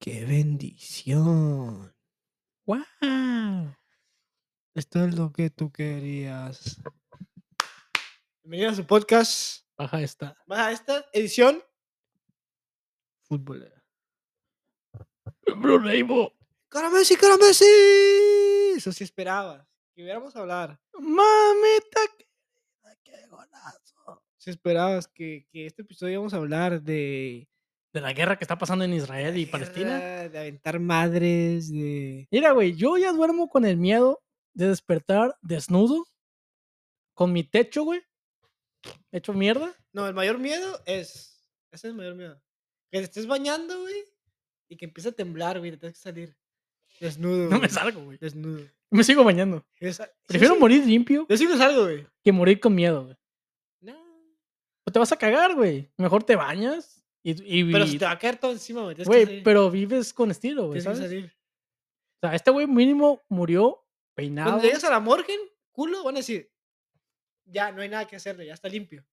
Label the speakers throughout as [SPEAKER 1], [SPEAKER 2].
[SPEAKER 1] ¡Qué bendición!
[SPEAKER 2] ¡Wow!
[SPEAKER 1] Esto es lo que tú querías. Bienvenido a su podcast.
[SPEAKER 2] Baja esta.
[SPEAKER 1] Baja esta edición futbolera.
[SPEAKER 2] Bruneibo.
[SPEAKER 1] ¡Cara Messi, cara Messi! Eso sí esperaba. Que hubiéramos a hablar.
[SPEAKER 2] Mamita querida, qué golazo.
[SPEAKER 1] Si esperabas que, que este episodio íbamos a hablar de.
[SPEAKER 2] De la guerra que está pasando en Israel y Palestina.
[SPEAKER 1] guerra, De aventar madres, de.
[SPEAKER 2] Mira, güey, yo ya duermo con el miedo de despertar desnudo, con mi techo, güey, hecho mierda.
[SPEAKER 1] No, el mayor miedo es. Ese es el mayor miedo. Que te estés bañando, güey. Y que empiece a temblar, güey. Te tienes que salir. Desnudo.
[SPEAKER 2] No me
[SPEAKER 1] güey,
[SPEAKER 2] salgo, güey.
[SPEAKER 1] Desnudo.
[SPEAKER 2] Me sigo bañando.
[SPEAKER 1] Yo sa- yo
[SPEAKER 2] Prefiero
[SPEAKER 1] Mm. sí-
[SPEAKER 2] morir limpio
[SPEAKER 1] Yo sí me salgo, güey.
[SPEAKER 2] que morir con miedo, güey.
[SPEAKER 1] No.
[SPEAKER 2] O te vas a cagar, güey. Mejor te bañas y, y-
[SPEAKER 1] Pero
[SPEAKER 2] y-
[SPEAKER 1] si te va a caer todo encima, güey. tienes que
[SPEAKER 2] Güey,
[SPEAKER 1] salir,
[SPEAKER 2] pero vives con estilo, güey,
[SPEAKER 1] tienes que
[SPEAKER 2] ¿sabes?
[SPEAKER 1] salir.
[SPEAKER 2] O sea, este güey mínimo murió peinado.
[SPEAKER 1] Cuando llegues a la morgue, culo, van a decir, ya, no hay nada que hacerle, ya está limpio.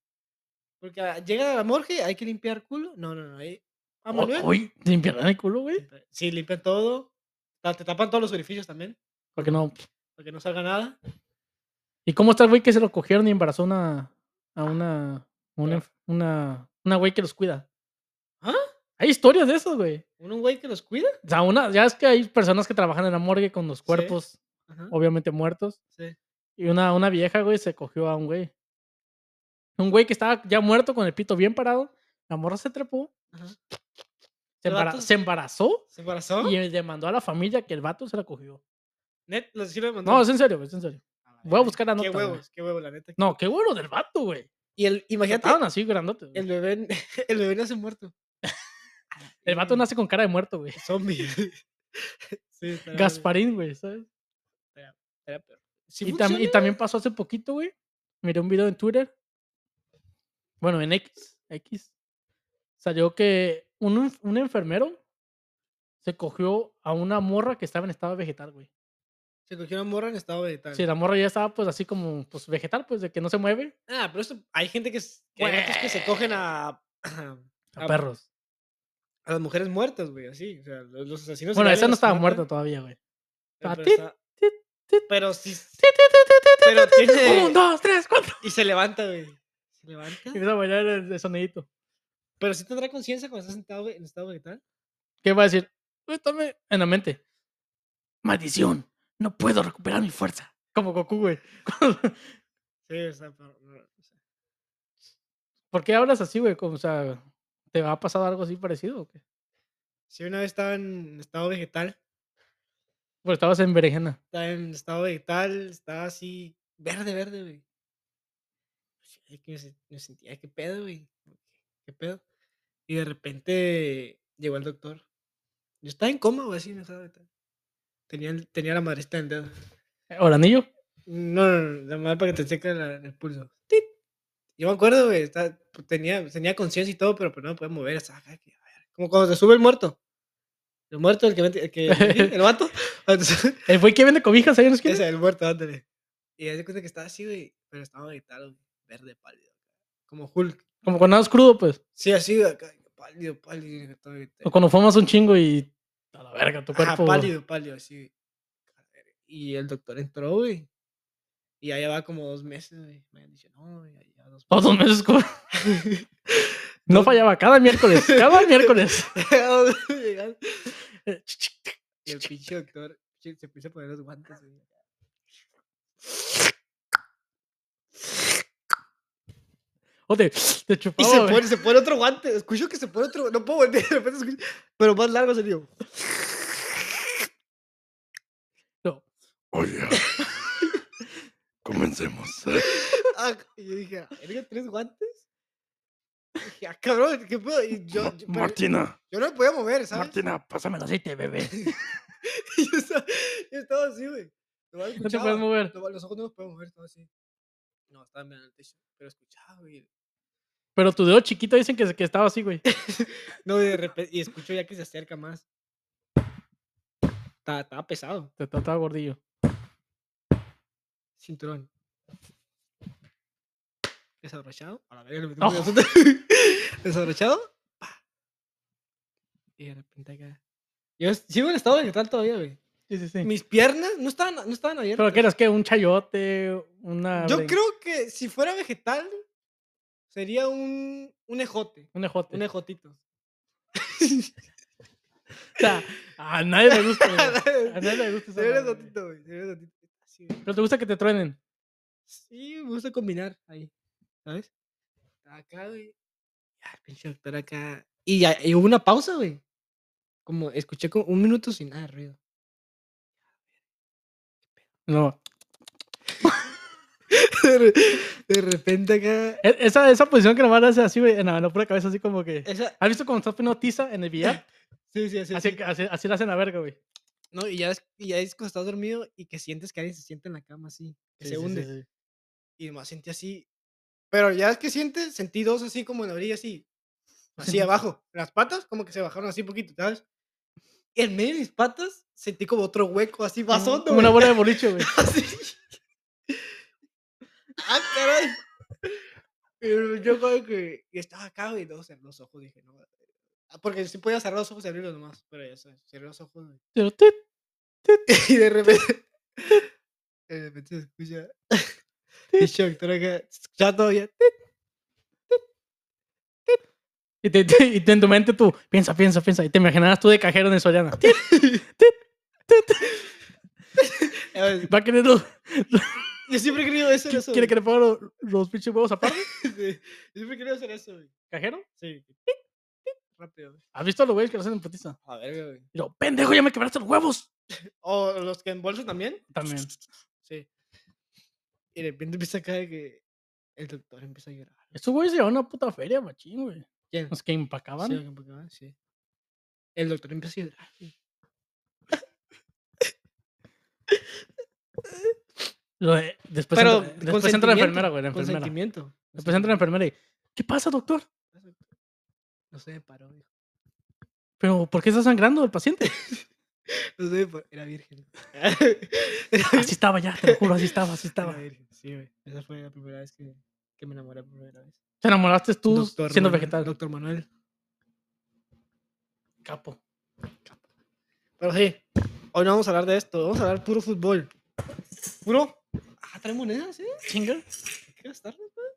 [SPEAKER 1] Porque ah, llegan a la morgue, hay que limpiar culo. No, no, no. Ahí, a
[SPEAKER 2] O-
[SPEAKER 1] Ah, Manuel,
[SPEAKER 2] Uy, ¿te limpiarán el culo, güey.
[SPEAKER 1] limpi- Sí, limpian todo. Ta- Te tapan todos los orificios también,
[SPEAKER 2] ¿Por qué no?
[SPEAKER 1] para que no salga nada.
[SPEAKER 2] ¿Y cómo está el güey que se lo cogieron y embarazó una, a una. Una, enf- una, una güey que los cuida?
[SPEAKER 1] ¿Ah?
[SPEAKER 2] Hay historias de esas, güey.
[SPEAKER 1] Uno, un güey que los cuida.
[SPEAKER 2] O sea, una, ya es que hay personas que trabajan en la morgue con los
[SPEAKER 1] Sí.
[SPEAKER 2] cuerpos,
[SPEAKER 1] Ajá,
[SPEAKER 2] obviamente muertos.
[SPEAKER 1] sí.
[SPEAKER 2] Y una, una vieja, güey, se cogió a un güey. Un güey que estaba ya muerto con el pito bien parado. La morra se trepó.
[SPEAKER 1] Ajá.
[SPEAKER 2] Se,
[SPEAKER 1] El
[SPEAKER 2] embara-
[SPEAKER 1] vato-
[SPEAKER 2] se embarazó
[SPEAKER 1] ¿Se embarazó?
[SPEAKER 2] y e demandó a la familia que el vato se la cogió.
[SPEAKER 1] Net, los sí lo mandó.
[SPEAKER 2] No, es en serio, es en serio.
[SPEAKER 1] A la
[SPEAKER 2] voy a
[SPEAKER 1] verga,
[SPEAKER 2] buscar la
[SPEAKER 1] Qué
[SPEAKER 2] nota, güey.
[SPEAKER 1] huevos, qué huevos, la neta.
[SPEAKER 2] No, qué bueno del vato, güey.
[SPEAKER 1] Y el, imagínate,
[SPEAKER 2] Estaban así grandotes. güey.
[SPEAKER 1] el bebé, el bebé nace muerto.
[SPEAKER 2] El vato nace con cara de muerto, güey.
[SPEAKER 1] Zombie. sí, está la verga.
[SPEAKER 2] Gasparín, güey, ¿sabes?
[SPEAKER 1] Era peor. Sí
[SPEAKER 2] Y, tam- y
[SPEAKER 1] funciona.
[SPEAKER 2] también pasó hace poquito, güey. Miré un video en Twitter. Bueno, en X. X. Salió que un, enf- un enfermero se cogió a una morra que estaba en estado vegetal, güey.
[SPEAKER 1] Se cogió una morra en estado vegetal.
[SPEAKER 2] Sí, la morra ya estaba pues así como pues vegetal, pues de que no se mueve.
[SPEAKER 1] Ah, pero esto, hay gente que, s- que hay vatos que se cogen a, a
[SPEAKER 2] A
[SPEAKER 1] Ah,
[SPEAKER 2] perros.
[SPEAKER 1] las mujeres muertas, güey, así. O sea, lo- los asesinos.
[SPEAKER 2] Bueno,
[SPEAKER 1] seriales
[SPEAKER 2] esa no
[SPEAKER 1] las
[SPEAKER 2] estaba
[SPEAKER 1] matan, eh,
[SPEAKER 2] muerta todavía, güey.
[SPEAKER 1] pero pero
[SPEAKER 2] estaba tit,
[SPEAKER 1] está-
[SPEAKER 2] tit, tit.
[SPEAKER 1] Pero sí. Pero
[SPEAKER 2] Un,
[SPEAKER 1] tiene.
[SPEAKER 2] dos, tres, cuatro.
[SPEAKER 1] Y se levanta, güey. Se levanta.
[SPEAKER 2] Y empieza a bailar el, el sonidito.
[SPEAKER 1] Pero sí tendrá conciencia cuando está sentado ve- en estado vegetal.
[SPEAKER 2] ¿Qué va a decir? Uy, tome- En la mente. Maldición. No puedo recuperar mi fuerza. Como Goku, güey.
[SPEAKER 1] Sí, o sea, pero. no, o sea,
[SPEAKER 2] ¿Por qué hablas así, güey? Como, O sea, ¿te ha pasado algo así parecido? o qué?
[SPEAKER 1] Sí, una vez estaba en estado vegetal.
[SPEAKER 2] Pues estabas en berenjena.
[SPEAKER 1] Estaba en estado vegetal. Estaba así. Verde, verde, güey. Pues, Ay, que me sen- me sentía, qué pedo, güey. ¿Qué pedo? Y de repente llegó el doctor. Yo estaba en coma, güey, así, no estaba ahorita. Tenía, el- tenía la madrecita en el dedo.
[SPEAKER 2] ¿Oranillo?
[SPEAKER 1] No, no, no, la madre para que te cheque la- el pulso. ¡Tit! Yo me acuerdo, güey, estaba- tenía, tenía conciencia y todo, pero, pero no me podía mover. estaba acá, que, a ver, Como cuando se sube el muerto. El muerto, el que. vende- El, que, el vato. cuando se sube-
[SPEAKER 2] ¿El Eh, güey que vende cobijas ahí en la esquina?
[SPEAKER 1] ese, el muerto, ándale. Y hace cuenta que estaba así, güey, pero estaba vegetal, güey, verde pálido. Como Hulk.
[SPEAKER 2] Como cuando andas crudo, pues.
[SPEAKER 1] Sí, así, güey, acá, pálido, pálido. y todo, y te-
[SPEAKER 2] O cuando fumas un chingo y... A la verga, tu
[SPEAKER 1] Ajá,
[SPEAKER 2] cuerpo...
[SPEAKER 1] pálido, pálido, así. a la verga. Y el doctor entró, güey. Y ya llevaba como dos meses, güey. Me han dicho, no, ya lleva dos
[SPEAKER 2] Todos los meses... co-
[SPEAKER 1] meses.
[SPEAKER 2] No
[SPEAKER 1] Dos-
[SPEAKER 2] fallaba. Cada miércoles. Cada miércoles.
[SPEAKER 1] Dos meses llegando. y el pinche doctor pinche, se puso a poner los guantes, güey.
[SPEAKER 2] O te, te
[SPEAKER 1] Y
[SPEAKER 2] chupaba,
[SPEAKER 1] se,
[SPEAKER 2] güey.
[SPEAKER 1] pone, se pone otro guante. Escucho que se pone otro. No puedo volver, de repente escucho- Pero más largo salió.
[SPEAKER 2] No.
[SPEAKER 3] Oye, comencemos.
[SPEAKER 1] Ah, y yo dije, "Ah, verga, ¿tres guantes? dije, ah, cabrón, ¿qué puedo? Y yo, yo, pero
[SPEAKER 3] Martina,
[SPEAKER 1] yo no me podía mover, ¿sabes?
[SPEAKER 3] Martina, pásame el aceite, bebé.
[SPEAKER 1] Y yo, estaba, yo estaba así, güey. Nomás
[SPEAKER 2] No te
[SPEAKER 1] escuchaba,
[SPEAKER 2] puedes mover.
[SPEAKER 1] nomás Los ojos no los podían mover, estaba así. No, estaba mirando el techo, pero escuchaba, güey.
[SPEAKER 2] Pero tu dedo chiquito dicen que, que estaba así, güey.
[SPEAKER 1] No,
[SPEAKER 2] Ah.
[SPEAKER 1] y de repente, y escucho ya que se acerca más. Estaba, estaba pesado,
[SPEAKER 2] Te trataba gordillo.
[SPEAKER 1] cinturón. Desabrochado. A la verga, le metí
[SPEAKER 2] No.
[SPEAKER 1] un pedazote. Desabrochado. pa. Y de repente acá. Yo es- sigo en estado vegetal todavía, güey.
[SPEAKER 2] Sí, sí, sí.
[SPEAKER 1] Mis piernas no estaban, no estaban abiertas.
[SPEAKER 2] Pero que eras que un chayote, una.
[SPEAKER 1] Yo
[SPEAKER 2] bre-
[SPEAKER 1] creo que si fuera vegetal, sería un, un ejote.
[SPEAKER 2] Un ejote.
[SPEAKER 1] Un ejotito.
[SPEAKER 2] O sea, a nadie le gusta. güey. A nadie le gusta esa
[SPEAKER 1] Sería un
[SPEAKER 2] madre, güey.
[SPEAKER 1] ejotito, güey. Sería un ejotito. Así, güey.
[SPEAKER 2] Pero te gusta que te truenen.
[SPEAKER 1] Sí, me gusta combinar ahí, ¿sabes? Acá, güey. Ya, el pinche doctor acá. Y, ya, y hubo una pausa, güey. Como escuché como un minuto sin nada de ruido.
[SPEAKER 2] No.
[SPEAKER 1] De, re- de repente acá.
[SPEAKER 2] E- Esa, esa posición que nomás la hace así, güey, en la, en la pura cabeza, así como que.
[SPEAKER 1] Esa,
[SPEAKER 2] ¿Has visto cuando estás poniendo tiza en el billar?
[SPEAKER 1] sí, sí, sí.
[SPEAKER 2] Así,
[SPEAKER 1] sí.
[SPEAKER 2] que- así, así la hacen la verga, güey.
[SPEAKER 1] No, y ya, es- y ya es cuando estás dormido y que sientes que alguien se siente en la cama así, que
[SPEAKER 2] Sí,
[SPEAKER 1] se
[SPEAKER 2] sí, sí,
[SPEAKER 1] hunde.
[SPEAKER 2] sí.
[SPEAKER 1] Y nomás sentí así. Pero ya es que sientes, sentí dos así como en la orilla, así. Así abajo. Las patas como que se bajaron así poquito, ¿sabes? Y en medio de mis patas sentí como otro hueco así más
[SPEAKER 2] Como-
[SPEAKER 1] hondo.
[SPEAKER 2] como una
[SPEAKER 1] güey.
[SPEAKER 2] bola de boliche, güey.
[SPEAKER 1] Así. ¡Ah, caray! Pero yo como que y estaba acá, güey, no cerré los ojos, dije, no. ah, Porque sí podía cerrar los ojos y abrirlos nomás, pero ya sé, cerré los ojos, güey.
[SPEAKER 2] Pero tit.
[SPEAKER 1] Y de repente. De repente se escucha. Y doctor acá. ¿se escucha todavía?
[SPEAKER 2] Y, te, te- y te- en tu mente tú, piensa, piensa, piensa. Y te imaginabas tú de cajero en el Soriana. Tit,
[SPEAKER 1] A ver,
[SPEAKER 2] Va a querer los-
[SPEAKER 1] Yo siempre he querido hacer
[SPEAKER 2] ¿Qui-
[SPEAKER 1] eso.
[SPEAKER 2] ¿Quiere que
[SPEAKER 1] güey.
[SPEAKER 2] le ponga los, los pinches huevos aparte?
[SPEAKER 1] Sí, Yo siempre he querido hacer eso, güey.
[SPEAKER 2] ¿Cajero?
[SPEAKER 1] Sí. Rápido, güey.
[SPEAKER 2] ¿Has visto a los güeyes que lo hacen en putiza?
[SPEAKER 1] A ver, güey.
[SPEAKER 2] Y yo, pendejo, ya me quebraste los huevos.
[SPEAKER 1] O los que embolsan también.
[SPEAKER 2] También.
[SPEAKER 1] Sí. Y de repente empieza acá de que el doctor empieza a llorar.
[SPEAKER 2] Estos güeyes se llevaban una puta feria, machín, güey.
[SPEAKER 1] ¿Quién?
[SPEAKER 2] Los que
[SPEAKER 1] Sí,
[SPEAKER 2] empacaban.
[SPEAKER 1] lo que empacaban, sí. El doctor empieza a llorar. güey.
[SPEAKER 2] Lo de- después
[SPEAKER 1] Pero
[SPEAKER 2] entra,
[SPEAKER 1] con
[SPEAKER 2] después entra la enfermera, güey, la
[SPEAKER 1] Con
[SPEAKER 2] enfermera.
[SPEAKER 1] sentimiento.
[SPEAKER 2] Después entra la enfermera y, ¿qué pasa, doctor?
[SPEAKER 1] No se me paró, dijo.
[SPEAKER 2] ¿Pero por qué está sangrando el paciente?
[SPEAKER 1] No se me paró. Era virgen.
[SPEAKER 2] Así estaba ya, te lo juro, así estaba, así
[SPEAKER 1] Era
[SPEAKER 2] estaba.
[SPEAKER 1] virgen, sí, güey. Esa fue la primera vez que, que me enamoré por primera vez.
[SPEAKER 2] Te enamoraste tú siendo
[SPEAKER 1] Manuel-
[SPEAKER 2] vegetal.
[SPEAKER 1] Doctor Manuel.
[SPEAKER 2] Capo.
[SPEAKER 1] Pero sí, hoy no vamos a hablar de esto. Vamos a hablar puro fútbol. Puro. Ah, trae monedas, ¿eh?
[SPEAKER 2] Chinga.
[SPEAKER 1] ¿Qué gastarlas, güey?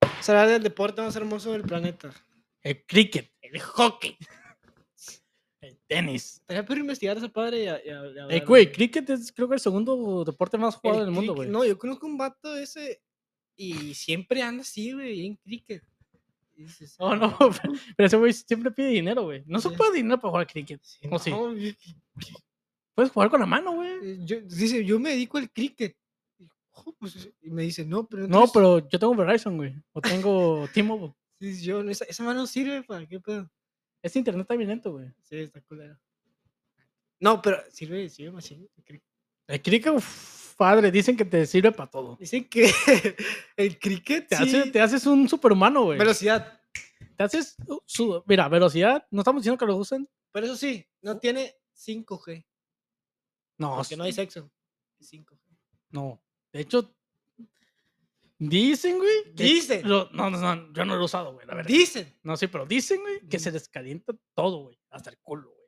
[SPEAKER 1] Vamos a hablar del deporte más hermoso del planeta.
[SPEAKER 2] El cricket,
[SPEAKER 1] El hockey.
[SPEAKER 2] el tenis.
[SPEAKER 1] Estaría pero investigar a ese padre y a, y a- y hablar,
[SPEAKER 2] Eh, güey, cricket es creo que el segundo deporte más
[SPEAKER 1] El
[SPEAKER 2] jugado del mundo,
[SPEAKER 1] cricket-
[SPEAKER 2] güey.
[SPEAKER 1] No, yo conozco un vato ese y siempre anda así, güey, en cricket. Y dices,
[SPEAKER 2] No,
[SPEAKER 1] "Ah,
[SPEAKER 2] Oh, no, pero ese güey siempre pide dinero, güey. No se
[SPEAKER 1] Sí.
[SPEAKER 2] puede dinero para jugar cricket.
[SPEAKER 1] Sí,
[SPEAKER 2] ¿O Oh, sí?
[SPEAKER 1] no, yo-
[SPEAKER 2] Puedes jugar con la mano, güey.
[SPEAKER 1] eh, yo- dice, yo me dedico al cricket. Y, "Ojo, pues", y me dice, no, pero
[SPEAKER 2] No,
[SPEAKER 1] tienes-
[SPEAKER 2] pero yo tengo Verizon, güey. O tengo T-Mobile.
[SPEAKER 1] Dices, yo, no, esa, esa mano sirve para qué pedo.
[SPEAKER 2] Ese internet está bien lento, güey.
[SPEAKER 1] Sí, está culero. No, pero sirve, sirve más.
[SPEAKER 2] El cricket, uf, padre, dicen que te sirve para todo.
[SPEAKER 1] Dicen que el cricket
[SPEAKER 2] Te,
[SPEAKER 1] sí,
[SPEAKER 2] hace- te haces un superhumano, güey.
[SPEAKER 1] velocidad.
[SPEAKER 2] Te haces. uh, su- mira, velocidad. No estamos diciendo que lo usen.
[SPEAKER 1] Pero eso sí, no tiene 5G.
[SPEAKER 2] No,
[SPEAKER 1] Porque no hay sexo. 5G.
[SPEAKER 2] No. De hecho, dicen, güey. que-
[SPEAKER 1] Dicen.
[SPEAKER 2] lo- no, no, no, yo no lo he usado, güey, la verdad.
[SPEAKER 1] Dicen.
[SPEAKER 2] No, sí, pero dicen, güey, que se
[SPEAKER 1] Dicen.
[SPEAKER 2] les calienta todo, güey. Hasta el culo, güey.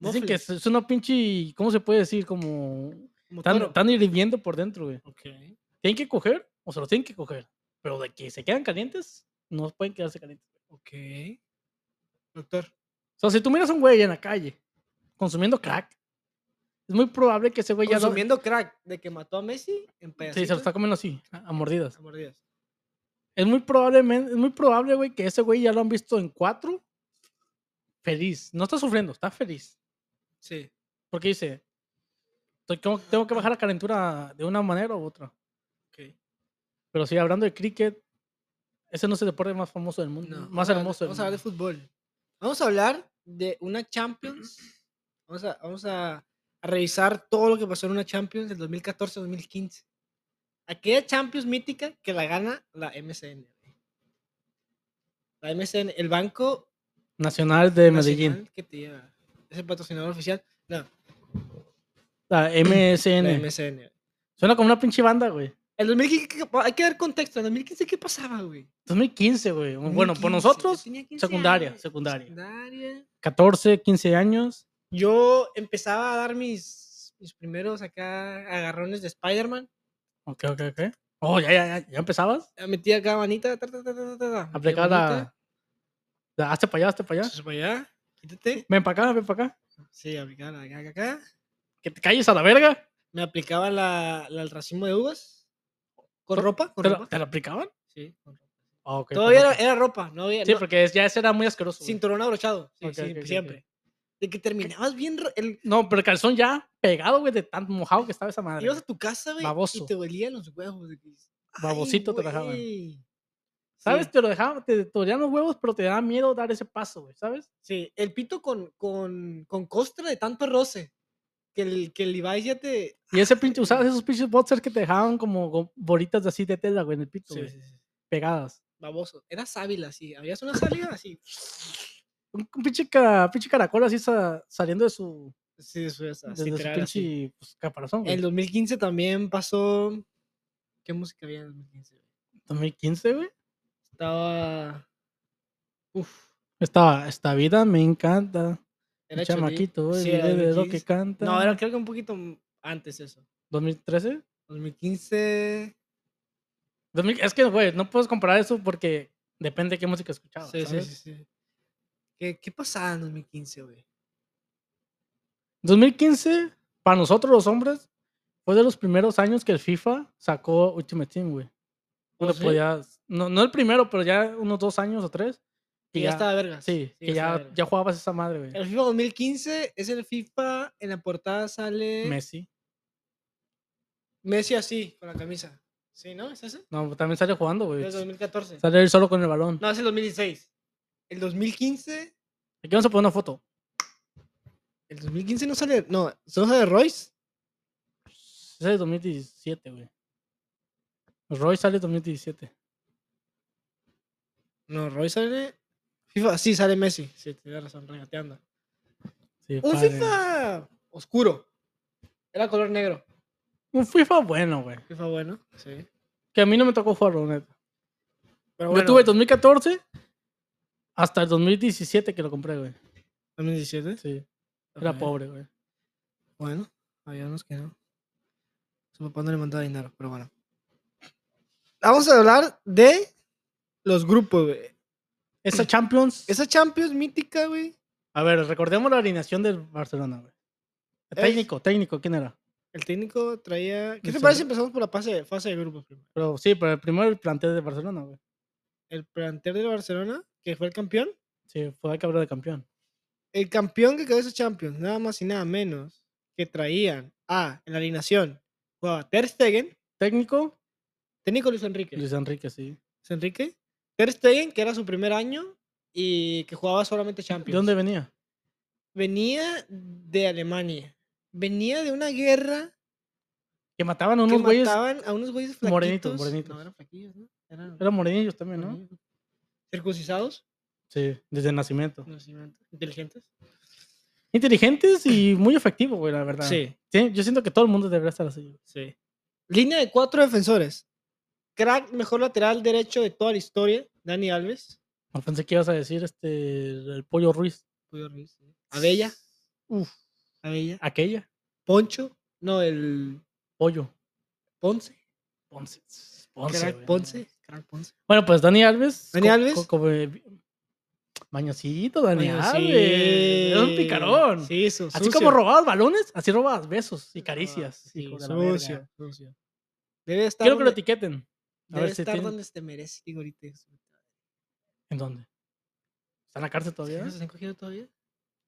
[SPEAKER 2] Dicen que
[SPEAKER 1] Mofles,
[SPEAKER 2] es, es una pinche. ¿Cómo se puede decir? Como.
[SPEAKER 1] como
[SPEAKER 2] Están,
[SPEAKER 1] toro.
[SPEAKER 2] están hirviendo por dentro, güey.
[SPEAKER 1] Ok.
[SPEAKER 2] Tienen que coger o se los tienen que coger. Pero de que se quedan calientes, no pueden quedarse calientes.
[SPEAKER 1] Ok. Doctor.
[SPEAKER 2] O sea, si tú miras a un güey en la calle consumiendo crack, es muy probable que ese güey ya. lo-
[SPEAKER 1] Consumiendo crack de que mató a Messi en pedacitos.
[SPEAKER 2] Sí, se lo está comiendo así, a a mordidas.
[SPEAKER 1] a mordidas.
[SPEAKER 2] Es muy probablemente, es muy probable, güey, que ese güey ya lo han visto en cuatro. Feliz. No está sufriendo, está feliz.
[SPEAKER 1] Sí.
[SPEAKER 2] Porque dice, "Estoy- tengo, tengo que bajar la calentura de una manera u otra.
[SPEAKER 1] Ok.
[SPEAKER 2] Pero sí, hablando de cricket, ese no es el deporte más famoso del mundo.
[SPEAKER 1] No, vamos
[SPEAKER 2] más
[SPEAKER 1] a hablar de-
[SPEAKER 2] hermoso del
[SPEAKER 1] Vamos a hablar de
[SPEAKER 2] mundo.
[SPEAKER 1] fútbol. Vamos a hablar de una Champions. Vamos a, vamos a, a revisar todo lo que pasó en una Champions del 2014-2015. Aquella Champions mítica que la gana la MCN. güey. La MCN, el banco
[SPEAKER 2] Nacional de Medellín.
[SPEAKER 1] nacional que te lleva. Es el patrocinador oficial. No,
[SPEAKER 2] La MSN.
[SPEAKER 1] la MCN. güey.
[SPEAKER 2] Suena como una pinche banda, güey.
[SPEAKER 1] En 2015, ¿qué- hay que dar contexto. En 2015, ¿qué pasaba, güey?
[SPEAKER 2] 2015, güey. Bueno,
[SPEAKER 1] 2015,
[SPEAKER 2] por nosotros,
[SPEAKER 1] yo tenía 15
[SPEAKER 2] secundaria,
[SPEAKER 1] años,
[SPEAKER 2] secundaria.
[SPEAKER 1] secundaria.
[SPEAKER 2] 14, 15 años.
[SPEAKER 1] Yo empezaba a dar mis, mis primeros acá agarrones de Spider-Man.
[SPEAKER 2] Ok, ok, ok. Oh, ya, ya, ya. ¿Ya empezabas?
[SPEAKER 1] Eh, Metía acá manita. Ta, ta, ta, ta, ta, ta, metía
[SPEAKER 2] Aplicar
[SPEAKER 1] manita,
[SPEAKER 2] la... la Hazte para allá, hazte para allá.
[SPEAKER 1] entonces para allá, quítate.
[SPEAKER 2] Ven para acá, ven para acá.
[SPEAKER 1] Sí, aplicaba la acá, acá, acá.
[SPEAKER 2] Que te calles a la verga.
[SPEAKER 1] Me aplicaba la, la- el racimo de uvas. ¿Con ropa? ¿Con
[SPEAKER 2] ¿Te lo,
[SPEAKER 1] ropa?
[SPEAKER 2] te lo aplicaban?
[SPEAKER 1] Sí, con ropa.
[SPEAKER 2] Ah, ok,
[SPEAKER 1] Todavía era,
[SPEAKER 2] perfecto.
[SPEAKER 1] era ropa, no había.
[SPEAKER 2] Sí,
[SPEAKER 1] no-
[SPEAKER 2] porque es- ya ese era muy asqueroso. güey.
[SPEAKER 1] Cinturón abrochado, sí,
[SPEAKER 2] Ok,
[SPEAKER 1] sí,
[SPEAKER 2] ok, ok, ok.
[SPEAKER 1] siempre. De que terminabas bien. ro- El,
[SPEAKER 2] No, pero el calzón ya pegado, güey, de tan mojado que estaba esa madre.
[SPEAKER 1] ibas a
[SPEAKER 2] güey.
[SPEAKER 1] tu casa, güey, y
[SPEAKER 2] Baboso.
[SPEAKER 1] te dolían los huevos. de que dices, "Ay,
[SPEAKER 2] Babosito te lo dejaban".
[SPEAKER 1] güey".
[SPEAKER 2] ¿Sabes?
[SPEAKER 1] Sí,
[SPEAKER 2] Te lo dejaban, te dolían los huevos, pero te daba miedo dar ese paso, güey, ¿sabes?
[SPEAKER 1] sí, el pito con, con, con costra de tanto roce. Que el, que el Levi's ya te. ah,
[SPEAKER 2] Y ese pinche, usabas esos pinches boxers que te dejaban como go- bolitas de así de tela, güey, en el pito, güey, pegadas.
[SPEAKER 1] Baboso. Era sábila, sí. Habías una salida así.
[SPEAKER 2] Un, un pinche, ca- pinche caracol así sa- saliendo de su,
[SPEAKER 1] Sí, eso es
[SPEAKER 2] desde
[SPEAKER 1] así.
[SPEAKER 2] su
[SPEAKER 1] literal, así.
[SPEAKER 2] pinche pues, caparazón,
[SPEAKER 1] En
[SPEAKER 2] güey.
[SPEAKER 1] 2015 también pasó. ¿Qué música había en 2015?
[SPEAKER 2] 2015, güey.
[SPEAKER 1] Estaba. Uf.
[SPEAKER 2] Esta, esta vida me encanta.
[SPEAKER 1] Era
[SPEAKER 2] el
[SPEAKER 1] Choli-
[SPEAKER 2] chamaquito, güey,
[SPEAKER 1] sí, era
[SPEAKER 2] vive de lo que
[SPEAKER 1] 2015.
[SPEAKER 2] canta.
[SPEAKER 1] No, era creo que un poquito m- antes eso.
[SPEAKER 2] 2013.
[SPEAKER 1] 2015.
[SPEAKER 2] 2000 Es que, güey, no puedes comparar eso porque depende de qué música escuchabas.
[SPEAKER 1] sí, sí,
[SPEAKER 2] ¿sabes?
[SPEAKER 1] sí, sí. ¿Qué, ¿Qué pasaba en 2015, güey?
[SPEAKER 2] 2015, para nosotros los hombres, fue de los primeros años que el FIFA sacó Ultimate Team, güey.
[SPEAKER 1] ¿Oh,
[SPEAKER 2] Donde
[SPEAKER 1] sí?
[SPEAKER 2] podías- no, no el primero, pero ya unos dos años o tres.
[SPEAKER 1] Que ya, estaba verga.
[SPEAKER 2] Sí, que ya, ya jugabas esa madre, güey.
[SPEAKER 1] El FIFA 2015 es el FIFA. En la portada sale Messi,
[SPEAKER 2] Messi.
[SPEAKER 1] así, con la camisa. ¿Sí, no? ¿Es ese?
[SPEAKER 2] No, también sale jugando, güey.
[SPEAKER 1] Es 2014.
[SPEAKER 2] Sale él solo con el balón.
[SPEAKER 1] No, es el 2016. El 2015.
[SPEAKER 2] Aquí vamos a poner una foto.
[SPEAKER 1] El 2015 no sale. No, solo sale Royce.
[SPEAKER 2] Ese es 2017, güey. Roy sale 2017.
[SPEAKER 1] No, Royce sale. FIFA, sí, sale Messi. Sí, tienes razón, regateando.
[SPEAKER 2] Sí,
[SPEAKER 1] Un
[SPEAKER 2] padre.
[SPEAKER 1] FIFA oscuro. Era color negro.
[SPEAKER 2] Un FIFA bueno, güey.
[SPEAKER 1] FIFA bueno, sí.
[SPEAKER 2] Que a mí no me tocó jugar, la neta.
[SPEAKER 1] Pero
[SPEAKER 2] Yo tuve 2014 hasta el 2017 que lo compré, güey.
[SPEAKER 1] 2017.
[SPEAKER 2] Sí. Era
[SPEAKER 1] ok.
[SPEAKER 2] pobre, güey.
[SPEAKER 1] Bueno, había unos que no. Su papá no le mandaba dinero, pero bueno. Vamos a hablar de los grupos, güey.
[SPEAKER 2] Esa Champions.
[SPEAKER 1] Esa Champions mítica, güey.
[SPEAKER 2] A ver, recordemos la alineación del Barcelona, güey.
[SPEAKER 1] Es-
[SPEAKER 2] Técnico, técnico, ¿quién era?
[SPEAKER 1] El técnico traía. ¿Qué te
[SPEAKER 2] Vicente.
[SPEAKER 1] parece si empezamos por la fase, fase de grupos primero?
[SPEAKER 2] Pero sí, pero el primero el plantel de Barcelona, güey.
[SPEAKER 1] El plantel del Barcelona, que fue el campeón.
[SPEAKER 2] Sí, fue el que habló de campeón.
[SPEAKER 1] El campeón que quedó ese Champions, nada más y nada menos, que traían a, en la alineación, jugaba Ter Stegen,
[SPEAKER 2] Técnico,
[SPEAKER 1] técnico Luis Enrique.
[SPEAKER 2] Luis Enrique, sí.
[SPEAKER 1] Luis Enrique. Ter Stegen, que era su primer año y que jugaba solamente Champions.
[SPEAKER 2] ¿De dónde venía?
[SPEAKER 1] Venía de Alemania. Venía de una guerra
[SPEAKER 2] Que mataban a
[SPEAKER 1] que
[SPEAKER 2] unos güeyes.
[SPEAKER 1] mataban a unos güeyes flaquitos.
[SPEAKER 2] morenitos,
[SPEAKER 1] No,
[SPEAKER 2] morenitos.
[SPEAKER 1] eran flaquillos, ¿no? Eran
[SPEAKER 2] Eran morenillos también, ¿no?
[SPEAKER 1] morenitos. Circuncisados.
[SPEAKER 2] Sí, desde el nacimiento.
[SPEAKER 1] no sé, eran Inteligentes.
[SPEAKER 2] Inteligentes y muy efectivos, güey, la verdad.
[SPEAKER 1] Sí.
[SPEAKER 2] Sí, Yo siento que todo el mundo debería estar así. güey.
[SPEAKER 1] Sí. Línea de cuatro defensores. Crack, mejor lateral derecho de toda la historia, Dani Alves.
[SPEAKER 2] No pensé que ibas a decir este, el pollo Ruiz.
[SPEAKER 1] Puyo Ruiz, sí. Abella,
[SPEAKER 2] Uf,
[SPEAKER 1] Abella.
[SPEAKER 2] aquella.
[SPEAKER 1] Poncho, no, el
[SPEAKER 2] Pollo.
[SPEAKER 1] Ponce.
[SPEAKER 2] Ponce. güey,
[SPEAKER 1] crack
[SPEAKER 2] no
[SPEAKER 1] Ponce. Crack Ponce.
[SPEAKER 2] Bueno, pues Dani Alves.
[SPEAKER 1] Dani
[SPEAKER 2] co-
[SPEAKER 1] Alves.
[SPEAKER 2] co- como, eh, mañosito, Dani
[SPEAKER 1] Bueno,
[SPEAKER 2] Alves.
[SPEAKER 1] sí,
[SPEAKER 2] Era un picarón.
[SPEAKER 1] Sí, eso.
[SPEAKER 2] así como robabas balones, así robabas besos y caricias.
[SPEAKER 1] Ah, Sí,
[SPEAKER 2] hijo de la verga.
[SPEAKER 1] sucio, sucio. Debe estar,
[SPEAKER 2] Quiero que lo
[SPEAKER 1] donde,
[SPEAKER 2] etiqueten. A
[SPEAKER 1] debe
[SPEAKER 2] ver si
[SPEAKER 1] estar
[SPEAKER 2] tiene-
[SPEAKER 1] donde se merece, digo, ahorita. eso.
[SPEAKER 2] ¿En dónde? ¿Está en la cárcel
[SPEAKER 1] ¿Sí
[SPEAKER 2] todavía? Pues
[SPEAKER 1] ¿Los han cogido todavía? Yo